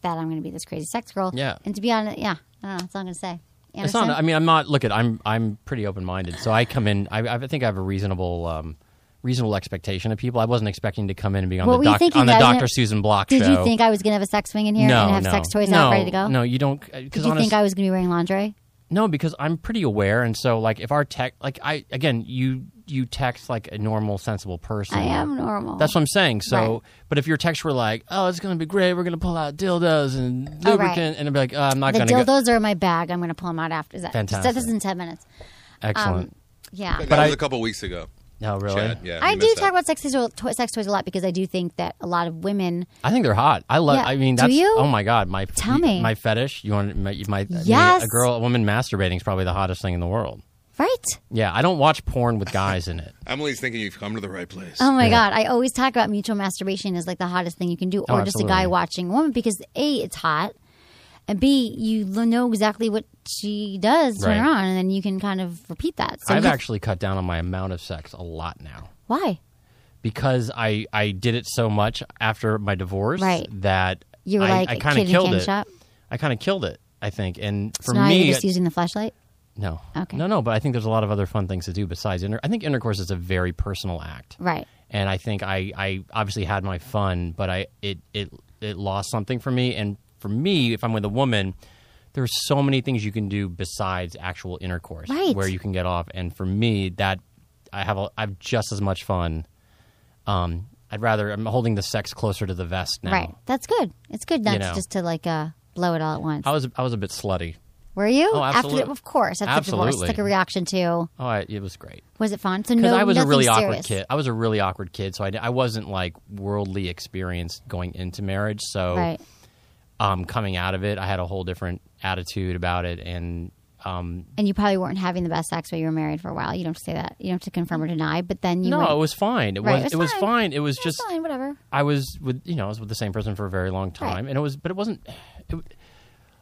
Speaker 1: that i'm going to be this crazy sex girl
Speaker 3: Yeah.
Speaker 1: and to be honest yeah i don't know that's all i'm going to say
Speaker 3: It's not.
Speaker 1: Anderson?
Speaker 3: I mean, I'm not. Look at. I'm. I'm pretty open minded. So I come in. I, I think I have a reasonable, um, reasonable expectation of people. I wasn't expecting to come in and be on
Speaker 1: What
Speaker 3: the
Speaker 1: were you
Speaker 3: doc,
Speaker 1: thinking
Speaker 3: on the
Speaker 1: that? I
Speaker 3: Dr.
Speaker 1: didn't-
Speaker 3: Susan Block
Speaker 1: did
Speaker 3: show.
Speaker 1: you think i was going to have a sex swing in here
Speaker 3: no,
Speaker 1: and have
Speaker 3: no,
Speaker 1: sex toys
Speaker 3: no,
Speaker 1: out ready to go
Speaker 3: No, you don't.
Speaker 1: did
Speaker 3: Because
Speaker 1: you
Speaker 3: honest,
Speaker 1: think i was going to be wearing lingerie
Speaker 3: No, because I'm pretty aware, and so like if our tech, like I again, you you text like a normal, sensible person.
Speaker 1: i am normal
Speaker 3: That's what I'm saying. So,
Speaker 1: Right.
Speaker 3: but if your texts were like, "Oh, it's gonna be great. We're gonna pull out dildos and lubricant,"
Speaker 1: Oh, right.
Speaker 3: and I'd be like, oh, "I'm not
Speaker 1: the
Speaker 3: gonna." go-
Speaker 1: dildos are in my bag. I'm going to pull them out after. Is that,
Speaker 3: Fantastic.
Speaker 1: This is in 10 minutes.
Speaker 3: Excellent.
Speaker 1: um, Yeah.
Speaker 2: that was
Speaker 3: I-
Speaker 2: a couple weeks ago.
Speaker 3: no, really.
Speaker 2: Chad, yeah,
Speaker 1: I
Speaker 2: you
Speaker 1: do
Speaker 2: missed
Speaker 1: talk
Speaker 2: that.
Speaker 1: about sex toys, a- to- sex toys a lot because I do think that a lot of women.
Speaker 3: I think they're hot. I love.
Speaker 1: Yeah.
Speaker 3: I mean,
Speaker 1: Do
Speaker 3: that's.
Speaker 1: you?
Speaker 3: Oh my god, my
Speaker 1: Tell me.
Speaker 3: my fetish. You want my, my I mean,
Speaker 1: Yes.
Speaker 3: a girl, a woman masturbating is probably the hottest thing in the world.
Speaker 1: Right?
Speaker 3: Yeah, I don't watch porn with guys in it.
Speaker 2: Emily's thinking you've come to the right place.
Speaker 1: Oh my God. I always talk about mutual masturbation as like the hottest thing you can do, or just a guy
Speaker 3: Oh, absolutely.
Speaker 1: watching a woman because A, it's hot, and B, you l- know exactly what she does when
Speaker 3: Right.
Speaker 1: you're on, and then you can kind of repeat that. So
Speaker 3: I've
Speaker 1: you-
Speaker 3: actually cut down on my amount of sex a lot now.
Speaker 1: Why?
Speaker 3: because I, I did it so much after my divorce
Speaker 1: Right.
Speaker 3: that
Speaker 1: You were
Speaker 3: I,
Speaker 1: like
Speaker 3: I
Speaker 1: a
Speaker 3: kind
Speaker 1: kid in
Speaker 3: of
Speaker 1: a
Speaker 3: killed
Speaker 1: candy
Speaker 3: it.
Speaker 1: shop?
Speaker 3: I kind of killed it. I think, and
Speaker 1: so
Speaker 3: for
Speaker 1: now
Speaker 3: me,
Speaker 1: you're just using the flashlight?
Speaker 3: no,
Speaker 1: Okay.
Speaker 3: no, no. But I think there's a lot of other fun things to do besides inter. I think intercourse is a very personal act,
Speaker 1: Right.
Speaker 3: and I think I, I obviously had my fun, but I it it it lost something for me. And for me, if I'm with a woman, there's so many things you can do besides actual intercourse,
Speaker 1: Right.
Speaker 3: where you can get off. And for me, that I have a, I have just as much fun. Um, I'd rather I'm holding the sex closer to the vest now.
Speaker 1: Right. That's good. It's good not
Speaker 3: You
Speaker 1: to-
Speaker 3: know.
Speaker 1: just to like uh, blow it all at once.
Speaker 3: I was I was a bit slutty.
Speaker 1: Were you?
Speaker 3: Oh,
Speaker 1: After,
Speaker 3: absolute-
Speaker 1: of course. After the divorce. It's
Speaker 3: absolutely.
Speaker 1: like a reaction to,
Speaker 3: Oh, I, it was great.
Speaker 1: was it fun? So
Speaker 3: Because
Speaker 1: no,
Speaker 3: I was a
Speaker 1: nothing
Speaker 3: really awkward
Speaker 1: serious.
Speaker 3: kid. I was a really awkward kid, so I, di- I wasn't like worldly experienced going into marriage. So
Speaker 1: Right.
Speaker 3: um, coming out of it, I had a whole different attitude about it. And um,
Speaker 1: And you probably weren't having the best sex while you were married for a while. You don't have to say that. You don't have to confirm or deny. But then you
Speaker 3: no,
Speaker 1: went,
Speaker 3: it was fine. It
Speaker 1: Right,
Speaker 3: was it was fine. It was
Speaker 1: Yeah,
Speaker 3: just
Speaker 1: fine, whatever,
Speaker 3: I was with you know I was with the same person for a very long time,
Speaker 1: Right.
Speaker 3: and it was but it wasn't. It,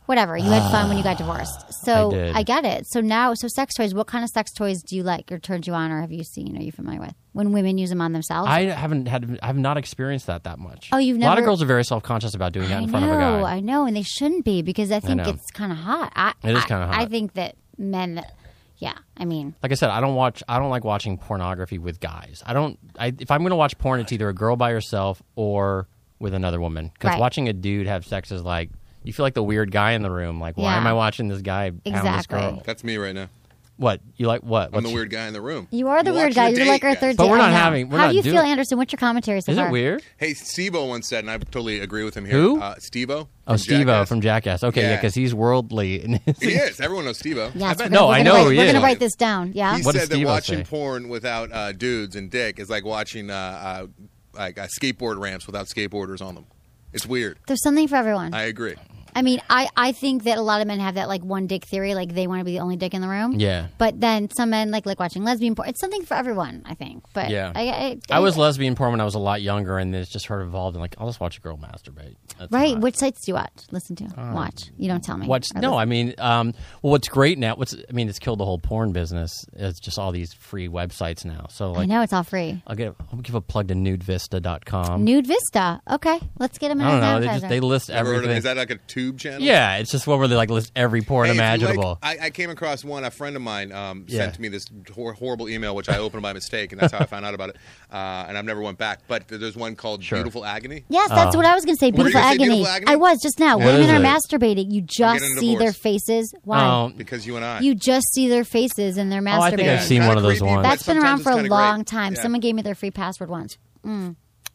Speaker 1: whatever. You had fun when you got divorced. So
Speaker 3: I did.
Speaker 1: get it. So now, so sex toys. What kind of sex toys do you like, or turned you on, or have you seen? Are you familiar with when women use them on themselves?
Speaker 3: I haven't had I have not experienced that that much.
Speaker 1: Oh, you've
Speaker 3: a lot of
Speaker 1: never-
Speaker 3: girls are very self conscious about doing
Speaker 1: I
Speaker 3: that in
Speaker 1: know,
Speaker 3: front of a guy.
Speaker 1: I know, and they shouldn't be because I think
Speaker 3: know.
Speaker 1: it's kind of hot. I,
Speaker 3: It is
Speaker 1: I-
Speaker 3: kinda hot.
Speaker 1: I think that men that, yeah, I mean,
Speaker 3: like I said, I don't watch. I don't like watching pornography with guys. I don't. I, if I'm going to watch porn, it's either a girl by herself or with another woman. Because
Speaker 1: Right.
Speaker 3: watching a dude have sex is like you feel like the weird guy in the room. Like, why
Speaker 1: Yeah.
Speaker 3: am I watching this guy pound this
Speaker 1: Exactly.
Speaker 3: girl?
Speaker 2: That's me right now.
Speaker 3: What you like? What?
Speaker 2: I'm
Speaker 3: What's-
Speaker 2: the weird guy in the room.
Speaker 1: you are the
Speaker 2: Watch
Speaker 1: weird guy.
Speaker 2: your
Speaker 1: You're like
Speaker 2: date,
Speaker 1: our
Speaker 2: guys.
Speaker 1: third.
Speaker 3: But
Speaker 1: date.
Speaker 3: we're
Speaker 1: I
Speaker 3: not
Speaker 1: know.
Speaker 3: having- we're
Speaker 1: How
Speaker 3: not
Speaker 1: do you feel,
Speaker 3: doing-
Speaker 1: Anderson? What's your commentary so
Speaker 3: Is
Speaker 1: far?
Speaker 3: it weird?
Speaker 2: Hey, Steve-O once said, and I totally agree with him here.
Speaker 3: Who?
Speaker 2: Uh, Steve-O.
Speaker 3: Oh,
Speaker 2: from
Speaker 3: Steve O
Speaker 2: Jackass.
Speaker 3: from Jackass. Okay, yeah,
Speaker 2: Yeah.
Speaker 3: because he's worldly. And
Speaker 2: He is. Everyone knows Steve-O.
Speaker 1: Yes,
Speaker 3: bet-
Speaker 1: we're gonna-
Speaker 3: no,
Speaker 1: we're
Speaker 3: I
Speaker 1: gonna
Speaker 3: know
Speaker 1: write-
Speaker 3: he
Speaker 1: We're going to
Speaker 3: is.
Speaker 1: write this down. Yeah,
Speaker 2: He
Speaker 3: What does
Speaker 2: said that
Speaker 3: Steve-O
Speaker 2: watching
Speaker 3: say?
Speaker 2: porn without uh, dudes and dick is like watching uh, uh, like uh, skateboard ramps without skateboarders on them. It's weird.
Speaker 1: there's something for everyone. I,
Speaker 2: I agree.
Speaker 1: mean, I, I think that a lot of men have that like one dick theory, like they want to be the only dick in the room.
Speaker 3: Yeah.
Speaker 1: But then some men like like watching lesbian porn. It's something for everyone, I think. But
Speaker 3: Yeah.
Speaker 1: I, I,
Speaker 3: I was lesbian porn when I was a lot younger, and then it's just sort of evolved. And like, I'll just watch a girl masturbate. That's
Speaker 1: right.
Speaker 3: not-
Speaker 1: Which sites do you watch? Listen to watch. You don't tell me.
Speaker 3: What's
Speaker 1: Or
Speaker 3: Oh. no?
Speaker 1: listen-
Speaker 3: I mean, um, well, what's great now? What's I mean, it's killed the whole porn business. It's just all these free websites now. So
Speaker 1: I
Speaker 3: like,
Speaker 1: know it's all free.
Speaker 3: I'll get. I'll give a plug to nudevista.com.
Speaker 1: Nude Vista. Okay, let's get him an
Speaker 3: I don't know. They
Speaker 1: advertiser.
Speaker 3: just they list
Speaker 2: Ever heard of-
Speaker 3: everything.
Speaker 2: Is that like a tube channel?
Speaker 3: yeah, it's just one where they like list every porn
Speaker 2: Hey, if you like-
Speaker 3: imaginable.
Speaker 2: I, I came across one. A friend of mine um,
Speaker 3: Yeah.
Speaker 2: sent me this hor- horrible email, which I opened by mistake, and that's how I found out about it. Uh, and I've never went back. But th- there's one called
Speaker 3: Sure.
Speaker 2: Beautiful Agony.
Speaker 1: Yes,
Speaker 3: uh,
Speaker 1: that's what I was going to say.
Speaker 2: Were you
Speaker 1: Beautiful
Speaker 2: gonna say
Speaker 1: agony.
Speaker 2: beautiful agony?
Speaker 1: I was just now.
Speaker 3: What
Speaker 1: Women
Speaker 3: is
Speaker 1: are
Speaker 3: it?
Speaker 1: masturbating. You just
Speaker 2: getting a
Speaker 1: see their
Speaker 2: divorce.
Speaker 1: faces. Why?
Speaker 3: Oh.
Speaker 2: Because you and I.
Speaker 1: you just see their faces and they're masturbating.
Speaker 3: Oh, I think I've seen
Speaker 2: Kinda
Speaker 3: one of those
Speaker 2: creepy,
Speaker 3: ones.
Speaker 2: but
Speaker 1: That's been
Speaker 2: sometimes
Speaker 1: around
Speaker 2: it's
Speaker 1: for a
Speaker 2: kinda great.
Speaker 1: long time.
Speaker 2: Yeah.
Speaker 1: Someone gave me their free password once.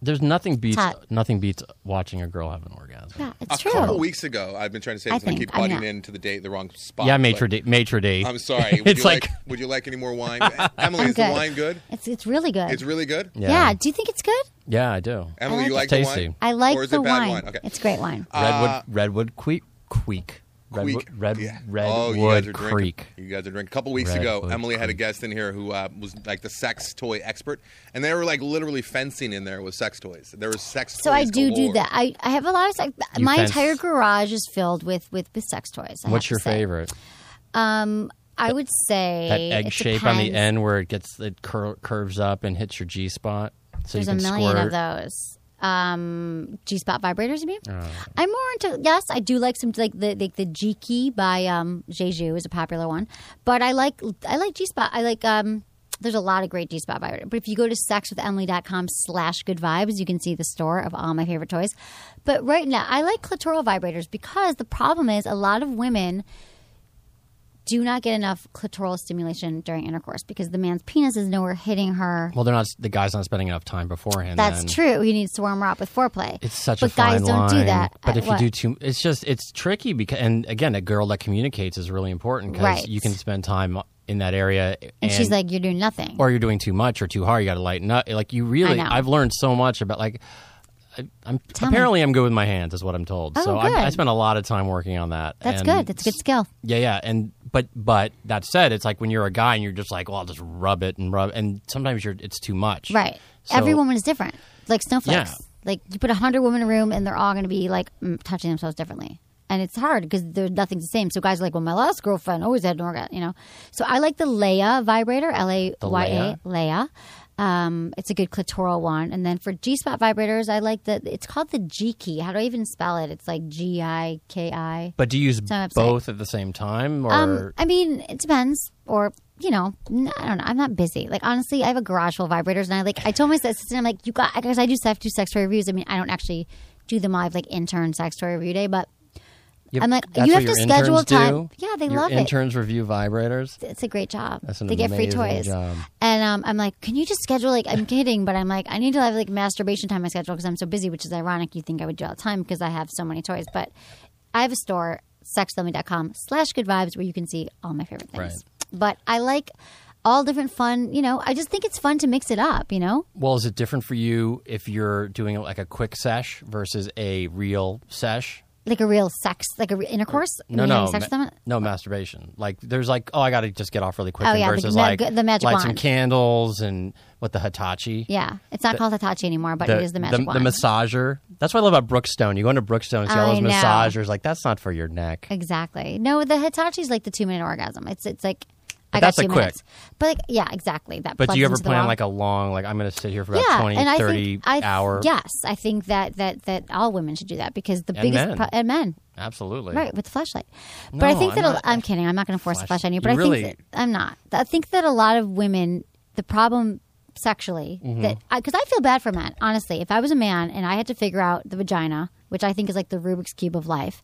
Speaker 3: There's nothing beats
Speaker 1: hot.
Speaker 3: nothing beats watching a girl have an orgasm.
Speaker 1: Yeah, it's
Speaker 2: a
Speaker 1: true.
Speaker 2: couple weeks ago, I've been trying to say
Speaker 1: I
Speaker 2: this, and I
Speaker 1: think-
Speaker 2: keep
Speaker 1: I mean,
Speaker 2: butting
Speaker 1: I-
Speaker 2: into the date, the wrong spot.
Speaker 3: yeah,
Speaker 2: It's
Speaker 3: maitre
Speaker 2: like,
Speaker 3: d, maitre d.
Speaker 2: I'm sorry. Would
Speaker 3: it's
Speaker 2: you
Speaker 3: like,
Speaker 2: would you like any more wine? Emily,
Speaker 1: I'm
Speaker 2: is the
Speaker 1: good.
Speaker 2: wine good?
Speaker 1: It's it's really good.
Speaker 2: It's really good.
Speaker 1: yeah. Do you think it's good?
Speaker 3: Yeah, I do.
Speaker 2: Emily,
Speaker 1: I
Speaker 2: you like
Speaker 1: like
Speaker 2: the
Speaker 3: it.
Speaker 2: wine?
Speaker 1: I like
Speaker 2: or is
Speaker 1: the
Speaker 2: it bad
Speaker 1: wine.
Speaker 2: Okay.
Speaker 1: It's great wine.
Speaker 2: Uh,
Speaker 3: Redwood, Redwood Creek, Creek, Redwood,
Speaker 2: Creek.
Speaker 3: Red,
Speaker 2: Yeah. oh, you guys
Speaker 3: Redwood
Speaker 2: are drinking.
Speaker 3: Creek.
Speaker 2: You guys are drinking. A couple weeks ago,
Speaker 3: Redwood
Speaker 2: Emily had a
Speaker 3: Creek.
Speaker 2: guest in here who uh, was like the sex toy expert, and they were like literally fencing in there with sex toys. There was sex toys.
Speaker 1: So I do do
Speaker 2: galore.
Speaker 1: that. I, I have a lot of sex.
Speaker 3: You
Speaker 1: my
Speaker 3: fence.
Speaker 1: entire garage is filled with with, with sex toys. I have
Speaker 3: What's
Speaker 1: to
Speaker 3: your
Speaker 1: say.
Speaker 3: favorite?
Speaker 1: Um, I would say
Speaker 3: That egg
Speaker 1: it
Speaker 3: shape on the
Speaker 1: depends.
Speaker 3: end where it gets it cur- curves up and hits your G spot. So
Speaker 1: There's
Speaker 3: you
Speaker 1: a
Speaker 3: can
Speaker 1: million
Speaker 3: squirt.
Speaker 1: of those. Um, G spot vibrators, you mean?
Speaker 3: Oh.
Speaker 1: I'm more into yes, I do like some like the like the G key by um Jeju is a popular one, but I like I like G spot. I like um. There's a lot of great G spot vibrators, but if you go to sexwithemily.com slash good vibes, you can see the store of all my favorite toys. But right now, I like clitoral vibrators because the problem is a lot of women do not get enough clitoral stimulation during intercourse because the man's penis is nowhere hitting her.
Speaker 3: Well, they're not. The guy's not spending enough time beforehand.
Speaker 1: That's
Speaker 3: then.
Speaker 1: true. He needs to warm her up with foreplay.
Speaker 3: It's such
Speaker 1: but
Speaker 3: a fine
Speaker 1: guys don't
Speaker 3: line.
Speaker 1: do that.
Speaker 3: But
Speaker 1: Uh,
Speaker 3: if
Speaker 1: what?
Speaker 3: you do too, it's just it's tricky because and again, a girl that communicates is really important because
Speaker 1: Right.
Speaker 3: you can spend time in that area and,
Speaker 1: and, she's like, "You're doing nothing."
Speaker 3: or you're doing too much or too hard. You got to lighten up. Like you really,
Speaker 1: know.
Speaker 3: I've learned so much about like. I, I'm
Speaker 1: Tell me.
Speaker 3: apparently I'm good with my hands, is what I'm told.
Speaker 1: Oh,
Speaker 3: so I, I
Speaker 1: good.
Speaker 3: spent a lot of time working on that.
Speaker 1: That's
Speaker 3: And
Speaker 1: good. That's a good skill.
Speaker 3: yeah, yeah, and but but that said, it's like when you're a guy and you're just like, well, I'll just rub it and rub, and sometimes you're it's too much,
Speaker 1: Right.
Speaker 3: So-
Speaker 1: Every woman is different. Like snowflakes.
Speaker 3: Yeah.
Speaker 1: Like you put a hundred women in a room, and they're all going to be like mm, touching themselves differently, and it's hard because they're nothing's the same. So guys are like, "Well, my last girlfriend always had an orgasm," you know. So I like the Leia vibrator, L A Y A, Leia. Um, it's a good clitoral one, and then for G spot vibrators, I like the. It's called the G key. How do I even spell it? It's like G I K I.
Speaker 3: But do you use
Speaker 1: I'm upset.
Speaker 3: both at the same time, or
Speaker 1: Um, I mean, it depends. Or you know, n- I don't know. I'm not busy. Like honestly, I have a garage full of vibrators, and I like. I told my assistant, I'm like, you got because I do stuff, do sex toy reviews. I mean, I don't actually do them. I have like intern sex toy review day, but
Speaker 3: Yep,
Speaker 1: I'm like,
Speaker 3: that's
Speaker 1: you
Speaker 3: what
Speaker 1: have to
Speaker 3: your interns
Speaker 1: schedule time.
Speaker 3: do?
Speaker 1: Yeah, they
Speaker 3: Your
Speaker 1: love it.
Speaker 3: Interns review vibrators.
Speaker 1: it's a great job.
Speaker 3: That's an
Speaker 1: they get free
Speaker 3: amazing
Speaker 1: toys,
Speaker 3: job.
Speaker 1: and um, I'm like, can you just schedule? Like, I'm kidding, but I'm like, I need to have like masturbation time on my schedule because I'm so busy. Which is ironic. You think I would do all the time because I have so many toys, but I have a store sexthummy.com slash good vibes where you can see all my favorite things. But I like all different fun. You know, I just think it's fun to mix it up. You know,
Speaker 3: Well, is it different for you if you're doing like a quick sesh versus a real sesh?
Speaker 1: like a real sex, like a re- intercourse.
Speaker 3: No,
Speaker 1: when you're
Speaker 3: no,
Speaker 1: having sex
Speaker 3: ma-
Speaker 1: with them.
Speaker 3: no masturbation. Like there's like, oh, I got to just get off really quick.
Speaker 1: Oh,
Speaker 3: and
Speaker 1: yeah, the-
Speaker 3: versus
Speaker 1: the-
Speaker 3: like
Speaker 1: the magic
Speaker 3: light some
Speaker 1: wand.
Speaker 3: candles and what the Hitachi.
Speaker 1: Yeah, it's not called Hitachi anymore, but it is the magic
Speaker 3: the,
Speaker 1: wand.
Speaker 3: massager. That's what I love about Brookstone. You go into Brookstone and see all
Speaker 1: I
Speaker 3: those
Speaker 1: know.
Speaker 3: massagers. Like that's not for your neck.
Speaker 1: Exactly. No, the Hitachi's like the two minute orgasm. It's it's like I
Speaker 3: that's
Speaker 1: got
Speaker 3: a
Speaker 1: two
Speaker 3: quick.
Speaker 1: minutes. But like, yeah, exactly. That.
Speaker 3: But do
Speaker 1: plugs
Speaker 3: you ever
Speaker 1: into the
Speaker 3: plan
Speaker 1: wall.
Speaker 3: like a long, like I'm going to sit here for about
Speaker 1: yeah,
Speaker 3: 20,
Speaker 1: and I
Speaker 3: 30
Speaker 1: think, I,
Speaker 3: hour?
Speaker 1: Yes, I think that that that all women should do that because the
Speaker 3: And
Speaker 1: biggest
Speaker 3: men.
Speaker 1: pro- and men.
Speaker 3: Absolutely.
Speaker 1: Right with the flashlight, but I
Speaker 3: No,
Speaker 1: think
Speaker 3: I'm
Speaker 1: that a-
Speaker 3: not-
Speaker 1: I'm kidding. I'm not going to force a
Speaker 3: Flash-
Speaker 1: flash on you,
Speaker 3: You
Speaker 1: but I
Speaker 3: really-
Speaker 1: think that, I'm not. I think that a lot of women, the problem sexually,
Speaker 3: Mm-hmm.
Speaker 1: that because I, feel bad for men. Honestly, if I was a man and I had to figure out the vagina, which I think is like the Rubik's cube of life,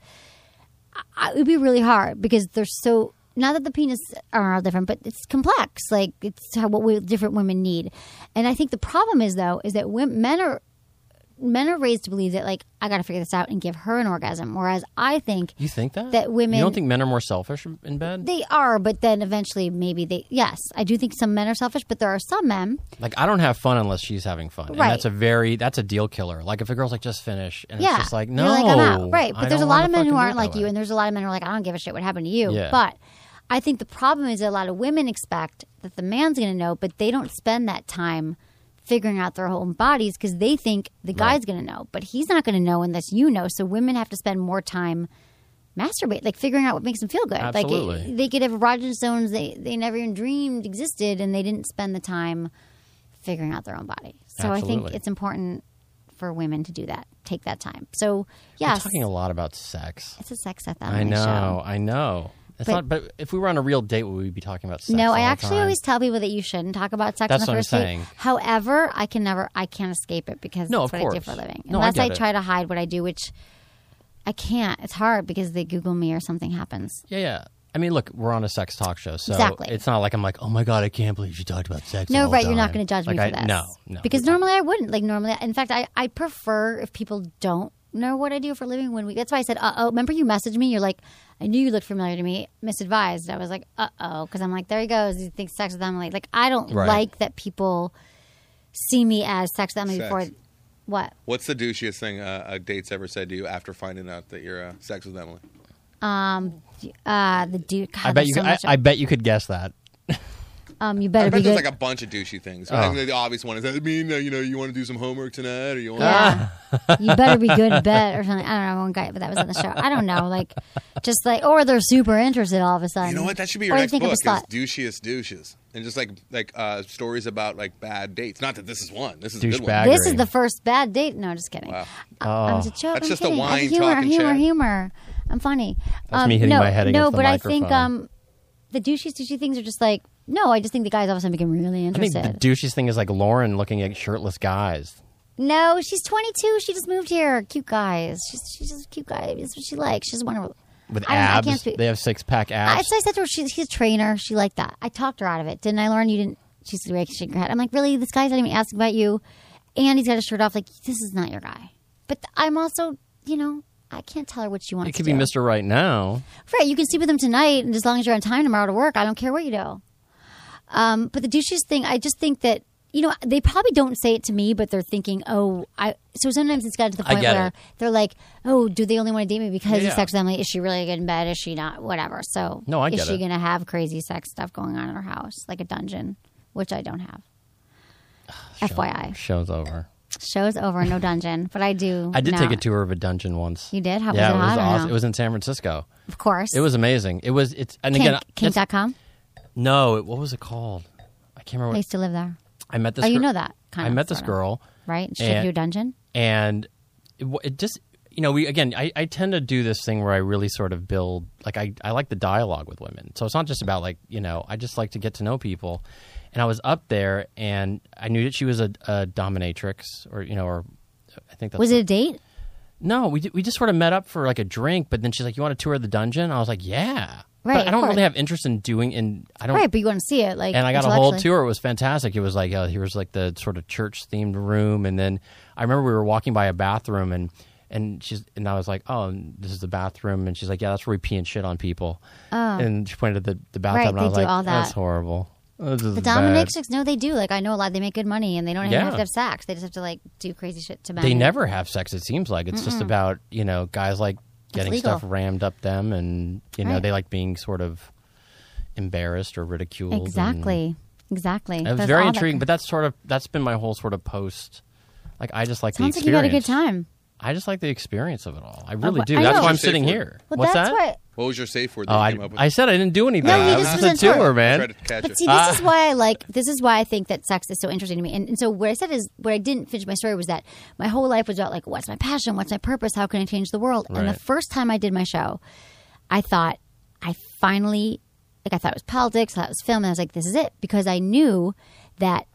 Speaker 1: I, it would be really hard because they're so. Not that the penis are all different, but it's complex. Like it's how, what we, different women need, and I think the problem is though is that women, men are men are raised to believe that like I got to figure this out and give her an orgasm, whereas I think
Speaker 3: You think that?
Speaker 1: That women-
Speaker 3: You don't think men are more selfish in bed?
Speaker 1: they are, but then eventually maybe they. Yes, I do think some men are selfish, but there are some men.
Speaker 3: like I don't have fun unless she's having fun. And
Speaker 1: Right.
Speaker 3: that's a very that's a deal killer. Like if a girl's like just finish and
Speaker 1: yeah,
Speaker 3: it's just like
Speaker 1: They're
Speaker 3: no.
Speaker 1: I'm out. right?
Speaker 3: I
Speaker 1: But there's a
Speaker 3: don't
Speaker 1: lot
Speaker 3: wanna
Speaker 1: of men who
Speaker 3: fucking do it
Speaker 1: aren't
Speaker 3: that
Speaker 1: like you,
Speaker 3: way.
Speaker 1: and there's a lot of men who are like, I don't give a shit what happened to you.
Speaker 3: Yeah.
Speaker 1: But I think the problem is that a lot of women expect that the man's going to know, but they don't spend that time figuring out their own bodies because they think the guy's going to know, but he's not going to know unless you know. So women have to spend more time masturbate, like figuring out what makes them feel good. Like
Speaker 3: Absolutely.
Speaker 1: it- they could have erogenous zones they, they never even dreamed existed, and they didn't spend the time figuring out their own body. So I
Speaker 3: Absolutely.
Speaker 1: think it's important for women to do that, take that time. So
Speaker 3: We're
Speaker 1: yes,
Speaker 3: talking a lot about sex.
Speaker 1: it's a sex at that
Speaker 3: I know.
Speaker 1: show.
Speaker 3: I know. It's
Speaker 1: But-
Speaker 3: not. But if we were on a real date, would we be talking about sex?
Speaker 1: No,
Speaker 3: all
Speaker 1: I
Speaker 3: the
Speaker 1: actually
Speaker 3: time?
Speaker 1: always tell people that you shouldn't talk about sex
Speaker 3: That's
Speaker 1: on
Speaker 3: what
Speaker 1: the
Speaker 3: I'm
Speaker 1: first date.
Speaker 3: saying.
Speaker 1: However, I can never, I can't escape it because
Speaker 3: No,
Speaker 1: it's
Speaker 3: of
Speaker 1: what I do
Speaker 3: course.
Speaker 1: for a living.
Speaker 3: No, I
Speaker 1: Unless I,
Speaker 3: get it.
Speaker 1: try to hide what I do, which I can't. It's hard because they Google me or something happens.
Speaker 3: Yeah, yeah. I mean, look, we're on a sex talk show, so
Speaker 1: Exactly.
Speaker 3: it's not like I'm like, oh my god, I can't believe you talked about sex.
Speaker 1: No,
Speaker 3: all
Speaker 1: right.
Speaker 3: the
Speaker 1: You're not
Speaker 3: time."
Speaker 1: going to judge
Speaker 3: like,
Speaker 1: me
Speaker 3: I,
Speaker 1: for this.
Speaker 3: No, no.
Speaker 1: Because
Speaker 3: normally.
Speaker 1: normally I wouldn't. Like normally, in fact, I, I prefer if people don't know what I do for a living. When we that's why I said, uh oh. Remember you messaged me. You're like, I knew you looked familiar to me. Misadvised. I was like, uh oh, because I'm like, there he goes. He thinks sex with Emily. Like I don't
Speaker 3: Right.
Speaker 1: like that people see me as sex with Emily
Speaker 2: Sex.
Speaker 1: before What?
Speaker 2: What's the douchiest thing uh, a date's ever said to you after finding out that you're uh, sex with Emily?
Speaker 1: Um, uh, the dude. God,
Speaker 3: I bet
Speaker 1: there's
Speaker 3: you.
Speaker 1: So
Speaker 3: could- I,
Speaker 1: much-
Speaker 3: I bet you could guess that.
Speaker 1: um, you
Speaker 2: I
Speaker 1: better be
Speaker 2: bet
Speaker 1: good.
Speaker 2: there's like a bunch of douchey things.
Speaker 3: Oh.
Speaker 2: I think the obvious one is that mean uh, you know you want to do some homework tonight or you want
Speaker 1: yeah.
Speaker 2: Ah.
Speaker 1: you better be good at bet or something. I don't know. One guy, but that was on the show. I don't know. Like, just like, or they're super interested all of a sudden.
Speaker 2: You know what? That should be your
Speaker 1: or they
Speaker 2: next
Speaker 1: think
Speaker 2: book.
Speaker 1: Of a
Speaker 2: Is
Speaker 1: slut.
Speaker 2: douchiest douches, and just like like uh, stories about like bad dates. Not that this is one. This is a good
Speaker 3: Douchebag.
Speaker 2: one.
Speaker 1: This
Speaker 3: Agree.
Speaker 1: is the first bad date. No, just kidding.
Speaker 2: Wow. Oh.
Speaker 1: I, I was a joke.
Speaker 2: That's
Speaker 1: I'm
Speaker 2: just a
Speaker 1: kidding. I-
Speaker 2: wine
Speaker 1: humor,
Speaker 2: talking
Speaker 1: humor,
Speaker 2: chat.
Speaker 1: humor. I'm funny.
Speaker 3: That's
Speaker 1: um,
Speaker 3: me hitting
Speaker 1: no,
Speaker 3: my head
Speaker 1: no,
Speaker 3: against the
Speaker 1: but I think
Speaker 3: microphone.
Speaker 1: um, the douchey, douchey things are just like no. I just think the guys all of a sudden become really
Speaker 3: I think
Speaker 1: interested.
Speaker 3: the douchiest thing is like Lauren looking at shirtless guys.
Speaker 1: no, she's 22. She just moved here. Cute guys. She's she's just a cute guy. That's what she likes. She's wonderful.
Speaker 3: With
Speaker 1: I don't know. I
Speaker 3: abs,
Speaker 1: can't speak-
Speaker 3: they have six pack
Speaker 1: I,
Speaker 3: abs.
Speaker 1: so I said to her, she, she's a trainer. She liked that. I talked her out of it, didn't I, Lauren? You didn't. She's shaking her head. I'm like, really? This guy's not even asking about you, and he's got his shirt off. Like, this is not your guy. But th- I'm also, you know, I can't tell her what she wants.
Speaker 3: it could
Speaker 1: to
Speaker 3: be
Speaker 1: do.
Speaker 3: Mr. Right Now.
Speaker 1: Right, you can sleep with him tonight, and as long as you're on time tomorrow to work, I don't care what you do. Um, but the douchiest thing, I just think that you know they probably don't say it to me, but they're thinking, oh, I. So sometimes it's gotten to the
Speaker 3: I
Speaker 1: point
Speaker 3: get
Speaker 1: where
Speaker 3: it.
Speaker 1: they're like, oh, do they only want to date me because
Speaker 3: Yeah.
Speaker 1: of sex with Emily? Is she really good in bed? Is she not? Whatever. So
Speaker 3: No, I
Speaker 1: is
Speaker 3: get
Speaker 1: she
Speaker 3: it.
Speaker 1: gonna have crazy sex stuff going on in her house, like a dungeon, which I don't have. FYI,
Speaker 3: Show's over.
Speaker 1: show's over, no dungeon, but I do.
Speaker 3: I did
Speaker 1: now.
Speaker 3: take a tour of a dungeon once.
Speaker 1: You did? How- was it
Speaker 3: yeah, it was
Speaker 1: hot or
Speaker 3: awesome.
Speaker 1: no?
Speaker 3: It was in San Francisco.
Speaker 1: Of course,
Speaker 3: It was amazing. It was. It's and
Speaker 1: kink,
Speaker 3: again,
Speaker 1: kink
Speaker 3: it's-
Speaker 1: dot com.
Speaker 3: No, it, what was it called? I can't remember.
Speaker 1: I
Speaker 3: What,
Speaker 1: used to live there.
Speaker 3: I met this.
Speaker 1: Oh, you
Speaker 3: gir-
Speaker 1: know that. Kind
Speaker 3: I
Speaker 1: of,
Speaker 3: met this
Speaker 1: sort of.
Speaker 3: girl,
Speaker 1: right? She
Speaker 3: And-
Speaker 1: do a dungeon.
Speaker 3: and it, wa- it just you know we again I, I tend to do this thing where i really sort of build like I, I like the dialogue with women so it's not just about like you know i just like to get to know people and i was up there and i knew that she was a, a dominatrix or you know or i think that's
Speaker 1: Was it a date?
Speaker 3: no we, ju- we just sort of met up for like a drink but then she's like you want a tour of the dungeon i was like yeah
Speaker 1: Right,
Speaker 3: but
Speaker 1: of
Speaker 3: i don't
Speaker 1: course.
Speaker 3: really have interest in doing in i don't
Speaker 1: Right, but you want to see it, like.
Speaker 3: and I got a whole
Speaker 1: intellectually.
Speaker 3: tour. It was fantastic. It was like uh, here was like the sort of church themed room, and then I remember we were walking by a bathroom, and and she's and I was like, oh, this is the bathroom, and she's like, yeah, that's where we pee and shit on people, and she pointed at the, the bathtub,
Speaker 1: Oh. Right,
Speaker 3: and
Speaker 1: they
Speaker 3: I was
Speaker 1: do
Speaker 3: like,
Speaker 1: all that.
Speaker 3: that's horrible. Oh, This is
Speaker 1: The
Speaker 3: bad.
Speaker 1: Dominatrix, no, they do. Like I know a lot. They make good money, and they don't even
Speaker 3: Yeah.
Speaker 1: have to have sex. They just have to like do crazy shit to men.
Speaker 3: they never have sex. It seems like it's just about you know guys like getting
Speaker 1: legal.
Speaker 3: stuff rammed up them, and you know
Speaker 1: Right.
Speaker 3: they like being sort of embarrassed or ridiculed. and-
Speaker 1: Exactly. Exactly.
Speaker 3: It was
Speaker 1: That's
Speaker 3: very
Speaker 1: all
Speaker 3: intriguing,
Speaker 1: That,
Speaker 3: but that's sort of that's been my whole sort of post. Like I just like
Speaker 1: sounds
Speaker 3: the
Speaker 1: like you had a
Speaker 3: experience.
Speaker 1: good time.
Speaker 3: I just like the experience of it all. I really
Speaker 1: but-
Speaker 3: do.
Speaker 1: I
Speaker 3: That's
Speaker 1: know.
Speaker 3: why I'm
Speaker 2: Safe
Speaker 3: sitting
Speaker 2: word.
Speaker 3: here.
Speaker 1: Well,
Speaker 3: What's
Speaker 1: that's
Speaker 3: that?
Speaker 1: what.
Speaker 2: What was your safe word? That
Speaker 3: Oh,
Speaker 2: you
Speaker 3: I,
Speaker 2: came up with?
Speaker 3: I said I didn't do anything.
Speaker 1: No, you
Speaker 3: I
Speaker 1: just
Speaker 3: was
Speaker 1: was
Speaker 3: a
Speaker 1: on tour.
Speaker 3: tour,
Speaker 2: I
Speaker 3: man.
Speaker 2: tried to catch
Speaker 1: But
Speaker 2: it. Uh,
Speaker 1: see, this
Speaker 3: Ah.
Speaker 1: is why I like. This is why I think that sex is so interesting to me. And, and so what I said is, what I didn't finish my story was that my whole life was about like, what's my passion? What's my purpose? How can I change the world? And the
Speaker 3: Right.
Speaker 1: first time I did my show, I thought I finally like I thought it was politics, I thought it was film, and I was like, this is it because I knew that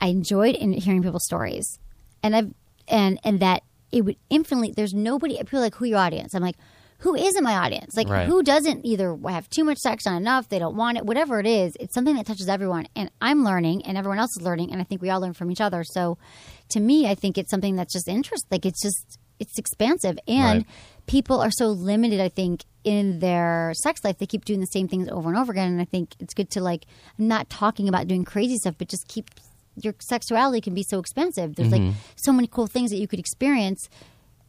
Speaker 1: I enjoyed in hearing people's stories, and I've and and that it would infinitely. There's nobody. I feel like who your audience. I'm like. Who isn't my audience? Like,
Speaker 3: Right.
Speaker 1: who doesn't either have too much sex, not enough, they don't want it, whatever it is, it's something that touches everyone. And I'm learning, and everyone else is learning, and I think we all learn from each other. So to me, I think it's something that's just interest. Like, it's just, it's expansive. And
Speaker 3: Right.
Speaker 1: people are so limited i think in their sex life they keep doing the same things over and over again and i think it's good to like I'm not talking about doing crazy stuff but just keep your sexuality can be so expansive there's like so many cool things that you could experience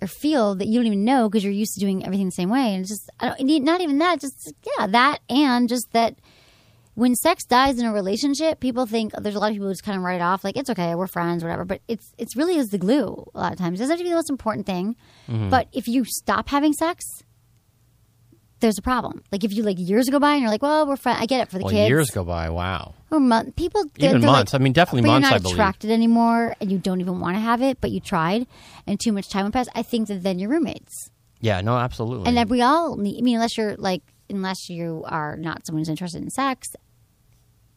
Speaker 1: or feel that you don't even know because you're used to doing everything the same way and it's just i don't need not even that just yeah that and just that when sex dies in a relationship, people think there's a lot of people who just kind of write it off, like it's okay, we're friends, whatever. But it's it's really is the glue a lot of times. It doesn't have to be the most important thing,
Speaker 3: Mm-hmm.
Speaker 1: but if you stop having sex, there's a problem. Like if you like years go by and you're like, well, we're friends. I get it for the
Speaker 3: Well,
Speaker 1: kids.
Speaker 3: years go by. Wow.
Speaker 1: Or month, people they're-
Speaker 3: Even
Speaker 1: they're
Speaker 3: months.
Speaker 1: like-
Speaker 3: I mean, definitely
Speaker 1: but
Speaker 3: months,
Speaker 1: You're
Speaker 3: I
Speaker 1: not
Speaker 3: believe.
Speaker 1: attracted anymore, and you don't even want to have it, but you tried, and too much time went past. I think that then your roommates.
Speaker 3: Yeah. No. Absolutely.
Speaker 1: And that we all need, I mean, unless you're like, unless you are not someone who's interested in sex,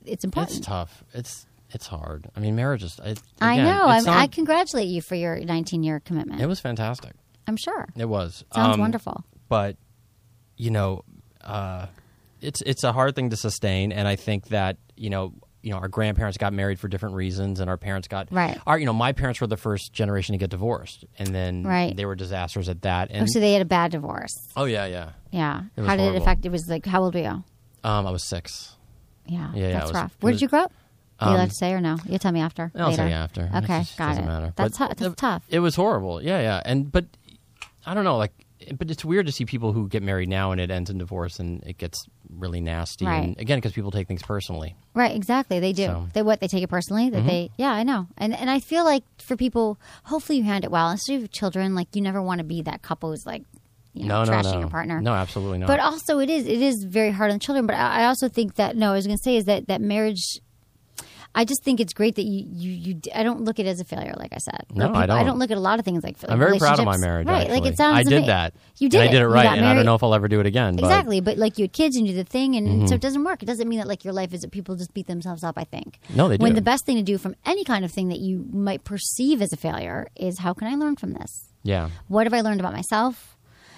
Speaker 1: it's important.
Speaker 3: it's tough. It's it's hard. I mean, marriage is. It,
Speaker 1: I
Speaker 3: again,
Speaker 1: know. I,
Speaker 3: it's
Speaker 1: mean, I
Speaker 3: not-
Speaker 1: congratulate you for your 19 year commitment.
Speaker 3: It was fantastic.
Speaker 1: I'm sure.
Speaker 3: It was.
Speaker 1: Sounds
Speaker 3: Um,
Speaker 1: wonderful.
Speaker 3: but you know, uh, it's it's a hard thing to sustain, and I think that you know. You know, our grandparents got married for different reasons, and our parents got
Speaker 1: Right.
Speaker 3: Our, you know, my parents were the first generation to get divorced, and then
Speaker 1: Right.
Speaker 3: they were disasters at that. And
Speaker 1: Oh, so they had a bad divorce.
Speaker 3: oh yeah, yeah.
Speaker 1: Yeah.
Speaker 3: It was
Speaker 1: How did it
Speaker 3: horrible.
Speaker 1: affect? It was like, how old were you?
Speaker 3: Um, I was six.
Speaker 1: Yeah.
Speaker 3: Yeah, yeah,
Speaker 1: that's
Speaker 3: it was-
Speaker 1: rough.
Speaker 3: it
Speaker 1: Where
Speaker 3: was- um,
Speaker 1: did you grow up? you allowed to say or no? You tell me after.
Speaker 3: I'll
Speaker 1: later.
Speaker 3: tell you after. It
Speaker 1: Okay,
Speaker 3: just
Speaker 1: got
Speaker 3: doesn't
Speaker 1: it.
Speaker 3: Matter.
Speaker 1: That's,
Speaker 3: But
Speaker 1: hu- that's tough.
Speaker 3: It was horrible. Yeah, yeah. And but I don't know, like, but it's weird to see people who get married now and it ends in divorce and it gets really nasty.
Speaker 1: Right.
Speaker 3: And again, because people take things personally.
Speaker 1: Right, exactly. They do.
Speaker 3: So- Mm-hmm.
Speaker 1: They what they take it personally. That they, yeah, I know. And and I feel like for people, hopefully you handle it well. Instead of children, like you never want to be that couple who's like, you know,
Speaker 3: no,
Speaker 1: trashing
Speaker 3: no, no.
Speaker 1: your partner.
Speaker 3: No, absolutely not.
Speaker 1: But also, it is it is very hard on children. But I, I also think that no, I was going to say is that that marriage. I just think it's great that you, you you d- I don't look at it as a failure, like I said. Like,
Speaker 3: No, I
Speaker 1: people- I
Speaker 3: don't.
Speaker 1: don't look at a lot of things like.
Speaker 3: I'm very proud of my
Speaker 1: relationships.
Speaker 3: marriage.
Speaker 1: Right,
Speaker 3: actually.
Speaker 1: like it sounds.
Speaker 3: I did
Speaker 1: ama-
Speaker 3: that.
Speaker 1: You did.
Speaker 3: And I did it
Speaker 1: You
Speaker 3: right,
Speaker 1: got
Speaker 3: and I don't
Speaker 1: married.
Speaker 3: know if I'll ever do it again. but- Mm-hmm.
Speaker 1: Exactly, but like you had kids and you did the thing, and so it doesn't work. It doesn't mean that like your life is that people just beat themselves up. I think
Speaker 3: No, they
Speaker 1: When
Speaker 3: do.
Speaker 1: the best thing to do from any kind of thing that you might perceive as a failure is how can I learn from this?
Speaker 3: yeah.
Speaker 1: What have I learned about myself?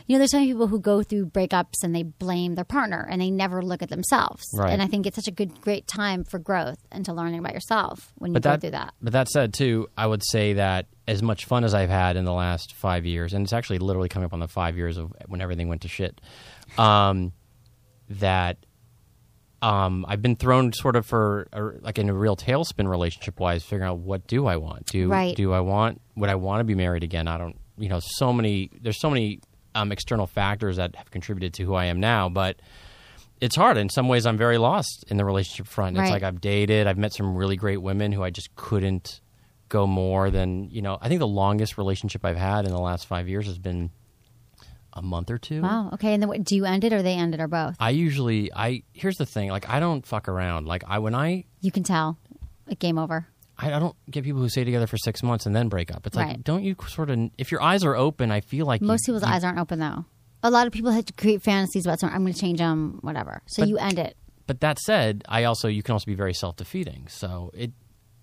Speaker 1: You know, there's so many people who go through breakups and they blame their partner and they never look at themselves.
Speaker 3: Right.
Speaker 1: And I think it's such a good, great time for growth and to learning about yourself when you
Speaker 3: but
Speaker 1: go
Speaker 3: that,
Speaker 1: through that.
Speaker 3: But that said, too, I would say that as much fun as I've had in the last five years, and it's actually literally coming up on the five years of when everything went to shit, um, that um, I've been thrown sort of for or like in a real tailspin relationship wise, figuring out what do I want? Do
Speaker 1: Right.
Speaker 3: do I want would I want to be married again? I don't. You know, so many. There's so many um, external factors that have contributed to who I am now, but it's hard. In some ways, I'm very lost in the relationship front.
Speaker 1: Right.
Speaker 3: It's like I've dated, I've met some really great women who I just couldn't go more than, you know, I think the longest relationship I've had in the last five years has been a month or two.
Speaker 1: Wow. Okay. And then what, do you end it or they end it or both?
Speaker 3: I usually, I, here's the thing, like, I don't fuck around. Like, I, when I,
Speaker 1: You can tell. Like, game over.
Speaker 3: I I don't get people who stay together for six months and then break up. It's
Speaker 1: Right.
Speaker 3: like, don't you sort of, if your eyes are open, I feel like you-
Speaker 1: Most people's
Speaker 3: you-
Speaker 1: eyes aren't open though. A lot of people have to create fantasies about something. I'm going to change them, whatever. So you end it.
Speaker 3: But that said, I also, you can also be very self defeating. So it,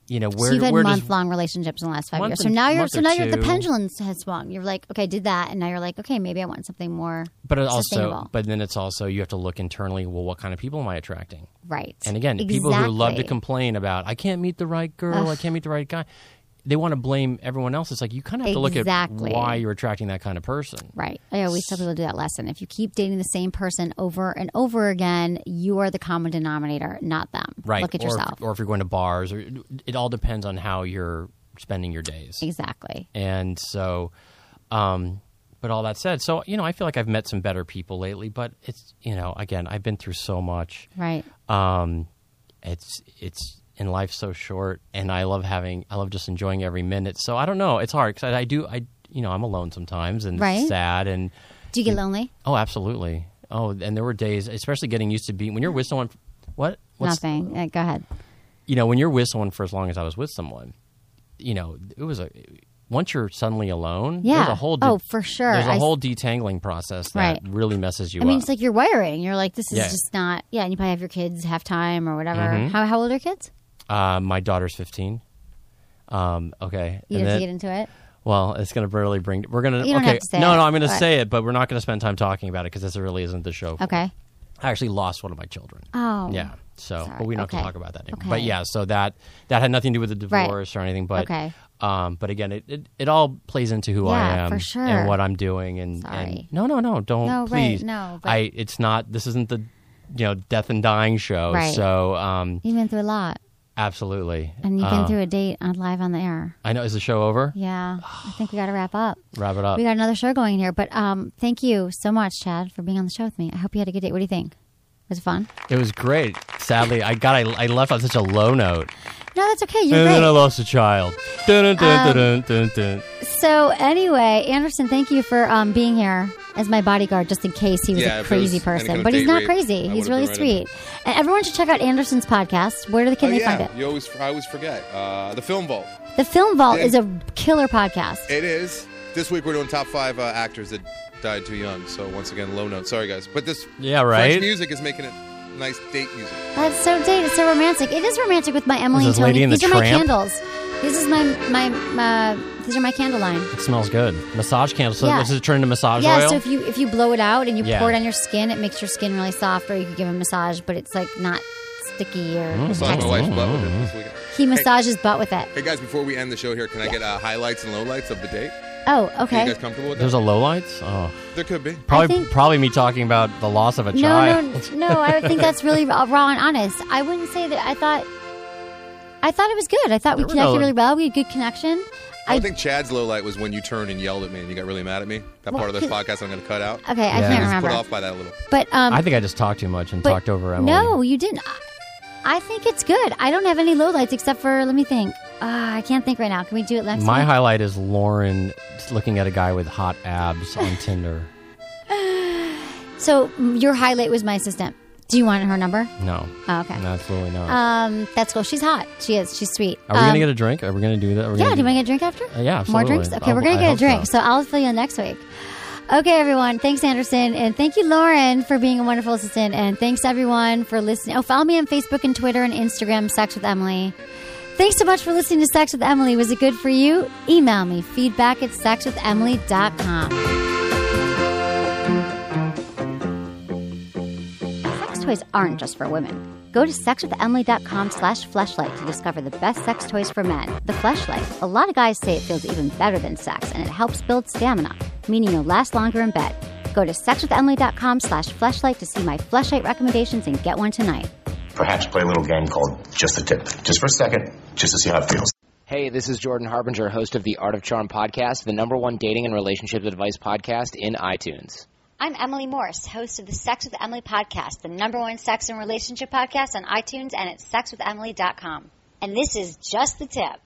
Speaker 3: you know, where,
Speaker 1: so you've had
Speaker 3: where does,
Speaker 1: month long relationships in the last five
Speaker 3: Month
Speaker 1: years. So
Speaker 3: and-
Speaker 1: now you're
Speaker 3: month
Speaker 1: so
Speaker 3: or
Speaker 1: now you're the
Speaker 3: two.
Speaker 1: pendulum has swung. You're like, okay, I did that, and now you're like, okay, maybe I want something more.
Speaker 3: but it also
Speaker 1: sustainable.
Speaker 3: but then it's also you have to look internally well what kind of people am i attracting
Speaker 1: right.
Speaker 3: and again people who love to
Speaker 1: Exactly.
Speaker 3: complain about i can't meet the right girl i can't meet the right guy they want to blame everyone else it's like you kind of have to
Speaker 1: Exactly.
Speaker 3: look at why you're attracting that kind of person
Speaker 1: Right. I always tell people to do that lesson. If you keep dating the same person over and over again, you are the common denominator, not them.
Speaker 3: right
Speaker 1: Look at
Speaker 3: or, if-
Speaker 1: yourself.
Speaker 3: or if you're going to bars or it all depends on how you're spending your days
Speaker 1: exactly.
Speaker 3: and so um but all that said so you know i feel like i've met some better people lately but it's you know again i've been through so much
Speaker 1: Right.
Speaker 3: um, it's it's and life's so short, and I love having I love just enjoying every minute. So I don't know, it's hard because I, I do I you know I'm alone sometimes and
Speaker 1: Right.
Speaker 3: it's sad and
Speaker 1: Do you get lonely?
Speaker 3: oh absolutely oh and there were days especially getting used to being when you're with someone what What's-
Speaker 1: Nothing. Uh, go ahead.
Speaker 3: you know when you're with someone for as long as I was with someone, you know it was a once you're suddenly alone
Speaker 1: Yeah.
Speaker 3: there's a whole de-
Speaker 1: Oh, for sure.
Speaker 3: there's a
Speaker 1: I s-
Speaker 3: whole detangling process that
Speaker 1: Right.
Speaker 3: really messes you
Speaker 1: I mean,
Speaker 3: up.
Speaker 1: it's like you're wiring. You're like, this is
Speaker 3: Yeah. Mm-hmm.
Speaker 1: just not. Yeah, and you probably have your kids half time or whatever. How how old are your kids?
Speaker 3: uh, my daughter's 15. Um, okay,
Speaker 1: You
Speaker 3: And
Speaker 1: don't have
Speaker 3: then-
Speaker 1: to get into it.
Speaker 3: Well, it's going to really bring. We're going to.
Speaker 1: You don't
Speaker 3: okay.
Speaker 1: have to say
Speaker 3: no,
Speaker 1: it,
Speaker 3: no, I'm going to
Speaker 1: but-
Speaker 3: say it, but we're not going to spend time talking about it because this really isn't the show. for it.
Speaker 1: Okay.
Speaker 3: I actually lost one of my children.
Speaker 1: Oh.
Speaker 3: Yeah. So,
Speaker 1: Sorry.
Speaker 3: but we don't have
Speaker 1: Okay.
Speaker 3: to talk about that. Anymore.
Speaker 1: Okay.
Speaker 3: But yeah, so that that had nothing to do with the
Speaker 1: Right.
Speaker 3: divorce or anything. But
Speaker 1: Okay.
Speaker 3: um, but again, it, it it all plays into who I
Speaker 1: Yeah,
Speaker 3: am
Speaker 1: for sure.
Speaker 3: and what I'm doing. And, and-
Speaker 1: Sorry.
Speaker 3: no, no, no, don't
Speaker 1: No, right,
Speaker 3: please.
Speaker 1: no, but-
Speaker 3: I it's not. This isn't the you know death and dying show.
Speaker 1: Right.
Speaker 3: So um,
Speaker 1: You've been through a lot,
Speaker 3: absolutely.
Speaker 1: and you've been
Speaker 3: Uh,
Speaker 1: through a date on live on the air.
Speaker 3: I know. Is the show over?
Speaker 1: Yeah, I think we got to wrap up.
Speaker 3: Wrap it up.
Speaker 1: We got another show going here, but um, thank you so much, Chad, for being on the show with me. I hope you had a good day. What do you think? Was it fun?
Speaker 3: It was great. Sadly, I got I, I left on such a low note,
Speaker 1: No, that's okay.
Speaker 3: and
Speaker 1: You're
Speaker 3: then I
Speaker 1: great. Um,
Speaker 3: lost a child. Dun, dun, dun, dun, dun, dun,
Speaker 1: So anyway, Anderson, thank you for um, being here as my bodyguard, just in case he was
Speaker 2: Yeah,
Speaker 1: a
Speaker 2: if it
Speaker 1: crazy
Speaker 2: was any
Speaker 1: person.
Speaker 2: kind of
Speaker 1: but he's
Speaker 2: date
Speaker 1: not
Speaker 2: rape,
Speaker 1: crazy.
Speaker 2: I
Speaker 1: He's
Speaker 2: would've
Speaker 1: really
Speaker 2: been right
Speaker 1: sweet. and everyone should check out Anderson's podcast. Where do the can
Speaker 2: Oh,
Speaker 1: they
Speaker 2: yeah.
Speaker 1: find it?
Speaker 2: You always, I always forget. Uh, the Film Vault.
Speaker 1: The Film Vault
Speaker 2: Yeah.
Speaker 1: is a killer podcast.
Speaker 2: It is. This week we're doing top five uh, actors that died too young. So once again, low note. Sorry guys, but this
Speaker 3: Yeah, right?
Speaker 2: French music is making it nice date music.
Speaker 1: That's so date. It's so romantic. It is romantic with my Emily
Speaker 3: This
Speaker 1: and
Speaker 3: is
Speaker 1: Tony.
Speaker 3: Lady and the
Speaker 1: these are my
Speaker 3: Tramp?
Speaker 1: candles. This is my my uh, these are my candle line.
Speaker 3: It smells good. Massage candle. So
Speaker 1: Yeah.
Speaker 3: this is turned into massage
Speaker 1: yeah.
Speaker 3: oil.
Speaker 1: So if you if you blow it out and you
Speaker 3: Yeah.
Speaker 1: pour it on your skin, it makes your skin really soft. Or you could give a massage, but it's like not sticky or.
Speaker 3: Hmm.
Speaker 2: So my
Speaker 1: texy.
Speaker 2: wife's butt with it this weekend.
Speaker 1: He massages butt with it.
Speaker 2: Hey guys, before we end the show here, can I get uh, highlights and lowlights of the date?
Speaker 1: Oh,
Speaker 2: Are you
Speaker 1: okay.
Speaker 2: guys comfortable with
Speaker 3: There's
Speaker 2: that?
Speaker 3: a low lights. Oh,
Speaker 2: there could be.
Speaker 3: probably
Speaker 1: think-
Speaker 3: probably me talking about the loss of a
Speaker 1: No,
Speaker 3: child.
Speaker 1: no, no. I think that's really raw and honest. I wouldn't say that. I thought I thought it was good. I thought we
Speaker 3: There were
Speaker 1: connected
Speaker 3: no-
Speaker 1: really well. We had good connection.
Speaker 2: I, think Chad's low light was when you turned and yelled at me and you got really mad at me. That part of this podcast I'm going to cut out.
Speaker 1: Okay, I
Speaker 3: Yeah.
Speaker 1: can't
Speaker 3: Just
Speaker 2: Just
Speaker 1: remember.
Speaker 2: put off by that a little.
Speaker 1: But um,
Speaker 3: I think I just talked too much and
Speaker 1: but-
Speaker 3: talked over Emily.
Speaker 1: No, you didn't. I, I think it's good. I don't have any lowlights except for let me think. Ah, I can't think right now. Can we do it next?
Speaker 3: My
Speaker 1: week?
Speaker 3: highlight is Lauren looking at a guy with hot abs on Tinder.
Speaker 1: so mm, your highlight was my assistant. Do you want her number?
Speaker 3: No.
Speaker 1: Oh, okay.
Speaker 3: No, Absolutely not.
Speaker 1: Um, that's cool. She's hot. She is. She's sweet.
Speaker 3: Are we
Speaker 1: Um,
Speaker 3: gonna get a drink? Are we gonna do that? Are we
Speaker 1: Yeah,
Speaker 3: gonna
Speaker 1: do you want to get a drink after?
Speaker 3: Uh, yeah,
Speaker 1: More
Speaker 3: absolutely.
Speaker 1: drinks? Okay,
Speaker 3: I-
Speaker 1: we're going
Speaker 3: I
Speaker 1: to get a
Speaker 3: hope
Speaker 1: drink.
Speaker 3: so.
Speaker 1: So. I'll fill you in next week. Okay, everyone. Thanks, Anderson. And thank you, Lauren, for being a wonderful assistant. And thanks, everyone, for listening. Oh, follow me on Facebook and Twitter and Instagram, Sex with Emily. Thanks so much for listening to Sex with Emily. Was it good for you? Email me feedback at sexwithemily.com. Sex toys aren't just for women. Go to sexwithemily.com slash fleshlight to discover the best sex toys for men. The fleshlight. A lot of guys say it feels even better than sex, and it helps build stamina, meaning you'll last longer in bed. Go to sexwithemily.com slash fleshlight to see my fleshlight recommendations and get one tonight.
Speaker 4: Perhaps play a little game called Just the Tip, just for a second, just to see how it feels.
Speaker 5: Hey, this is Jordan Harbinger, host of the Art of Charm podcast, the number one dating and relationship advice podcast in iTunes.
Speaker 1: I'm Emily Morse, host of the Sex with Emily podcast, the number one sex and relationship podcast on iTunes and at sexwithemily.com. And this is just the tip.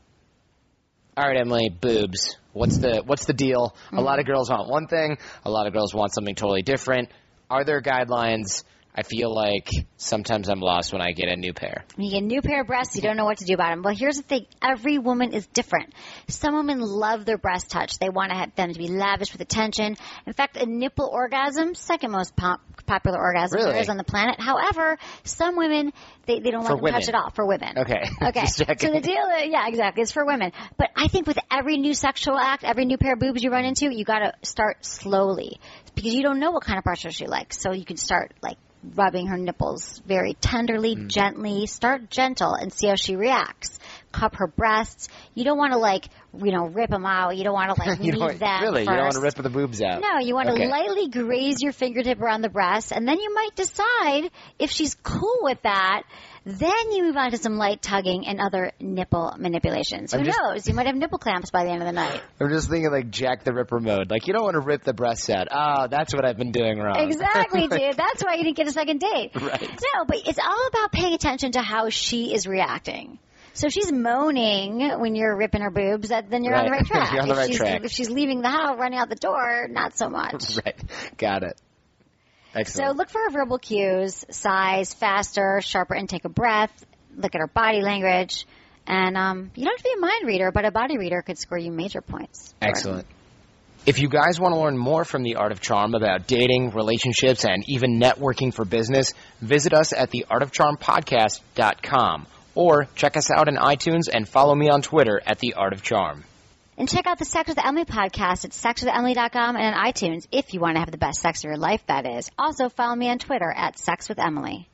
Speaker 5: All right, Emily, boobs. What's the what's the deal? A lot of girls want one thing, a lot of girls want something totally different. Are there guidelines? I feel like sometimes I'm lost when I get a new pair.
Speaker 1: When you get a new pair of breasts, you don't know what to do about them. Well, here's the thing every woman is different. Some women love their breast touch, they want to have them to be lavish with attention. In fact, a nipple orgasm, second most pop- popular orgasm there
Speaker 5: Really?
Speaker 1: is on the planet. However, some women, they, they don't
Speaker 5: For
Speaker 1: want them
Speaker 5: women.
Speaker 1: touch at all for women.
Speaker 5: Okay.
Speaker 1: Okay.
Speaker 5: Just
Speaker 1: So
Speaker 5: checking.
Speaker 1: the deal, uh, yeah, exactly. It's for women. But I think with every new sexual act, every new pair of boobs you run into, you got to start slowly because you don't know what kind of pressure she likes. So you can start like rubbing her nipples very tenderly,
Speaker 5: Mm.
Speaker 1: gently. Start gentle and see how she reacts. Cup her breasts. You don't want to like, you know, rip them out. You don't want to like
Speaker 5: You
Speaker 1: leave
Speaker 5: don't-
Speaker 1: them.
Speaker 5: really,
Speaker 1: first.
Speaker 5: you don't want to rip the boobs out.
Speaker 1: No, you want
Speaker 5: Okay.
Speaker 1: to lightly graze your fingertip around the breast, and then you might decide if she's cool with that. Then you move on to some light tugging and other nipple manipulations. Who
Speaker 5: I'm just-
Speaker 1: knows? You might have nipple clamps by the end of the night.
Speaker 5: I'm just thinking like Jack the Ripper mode. Like you don't want to rip the breasts out. Oh, that's what I've been doing wrong.
Speaker 1: Exactly, dude. That's why you didn't get a second date. Right. No, but it's all about paying attention to how she is reacting. So if she's moaning when you're ripping her boobs, that- then you're on the
Speaker 5: Right.
Speaker 1: right track.
Speaker 5: You're on the
Speaker 1: If
Speaker 5: right
Speaker 1: she's-
Speaker 5: track.
Speaker 1: If she's leaving the house, running out the door, not so much.
Speaker 5: right. Got it.
Speaker 1: So
Speaker 5: Excellent.
Speaker 1: look for her verbal cues, size, faster, sharper intake of breath, look at her body language, and um, you don't have to be a mind reader, but a body reader could score you major points.
Speaker 5: Excellent. If you guys want to learn more from the Art of Charm about dating, relationships, and even networking for business, visit us at theartofcharmpodcast.com or check us out on iTunes and follow me on Twitter at the Art of Charm.
Speaker 1: And check out the Sex with Emily podcast at sexwithemily.com and on iTunes if you want to have the best sex of your life, that is. Also, follow me on Twitter at Sex with Emily.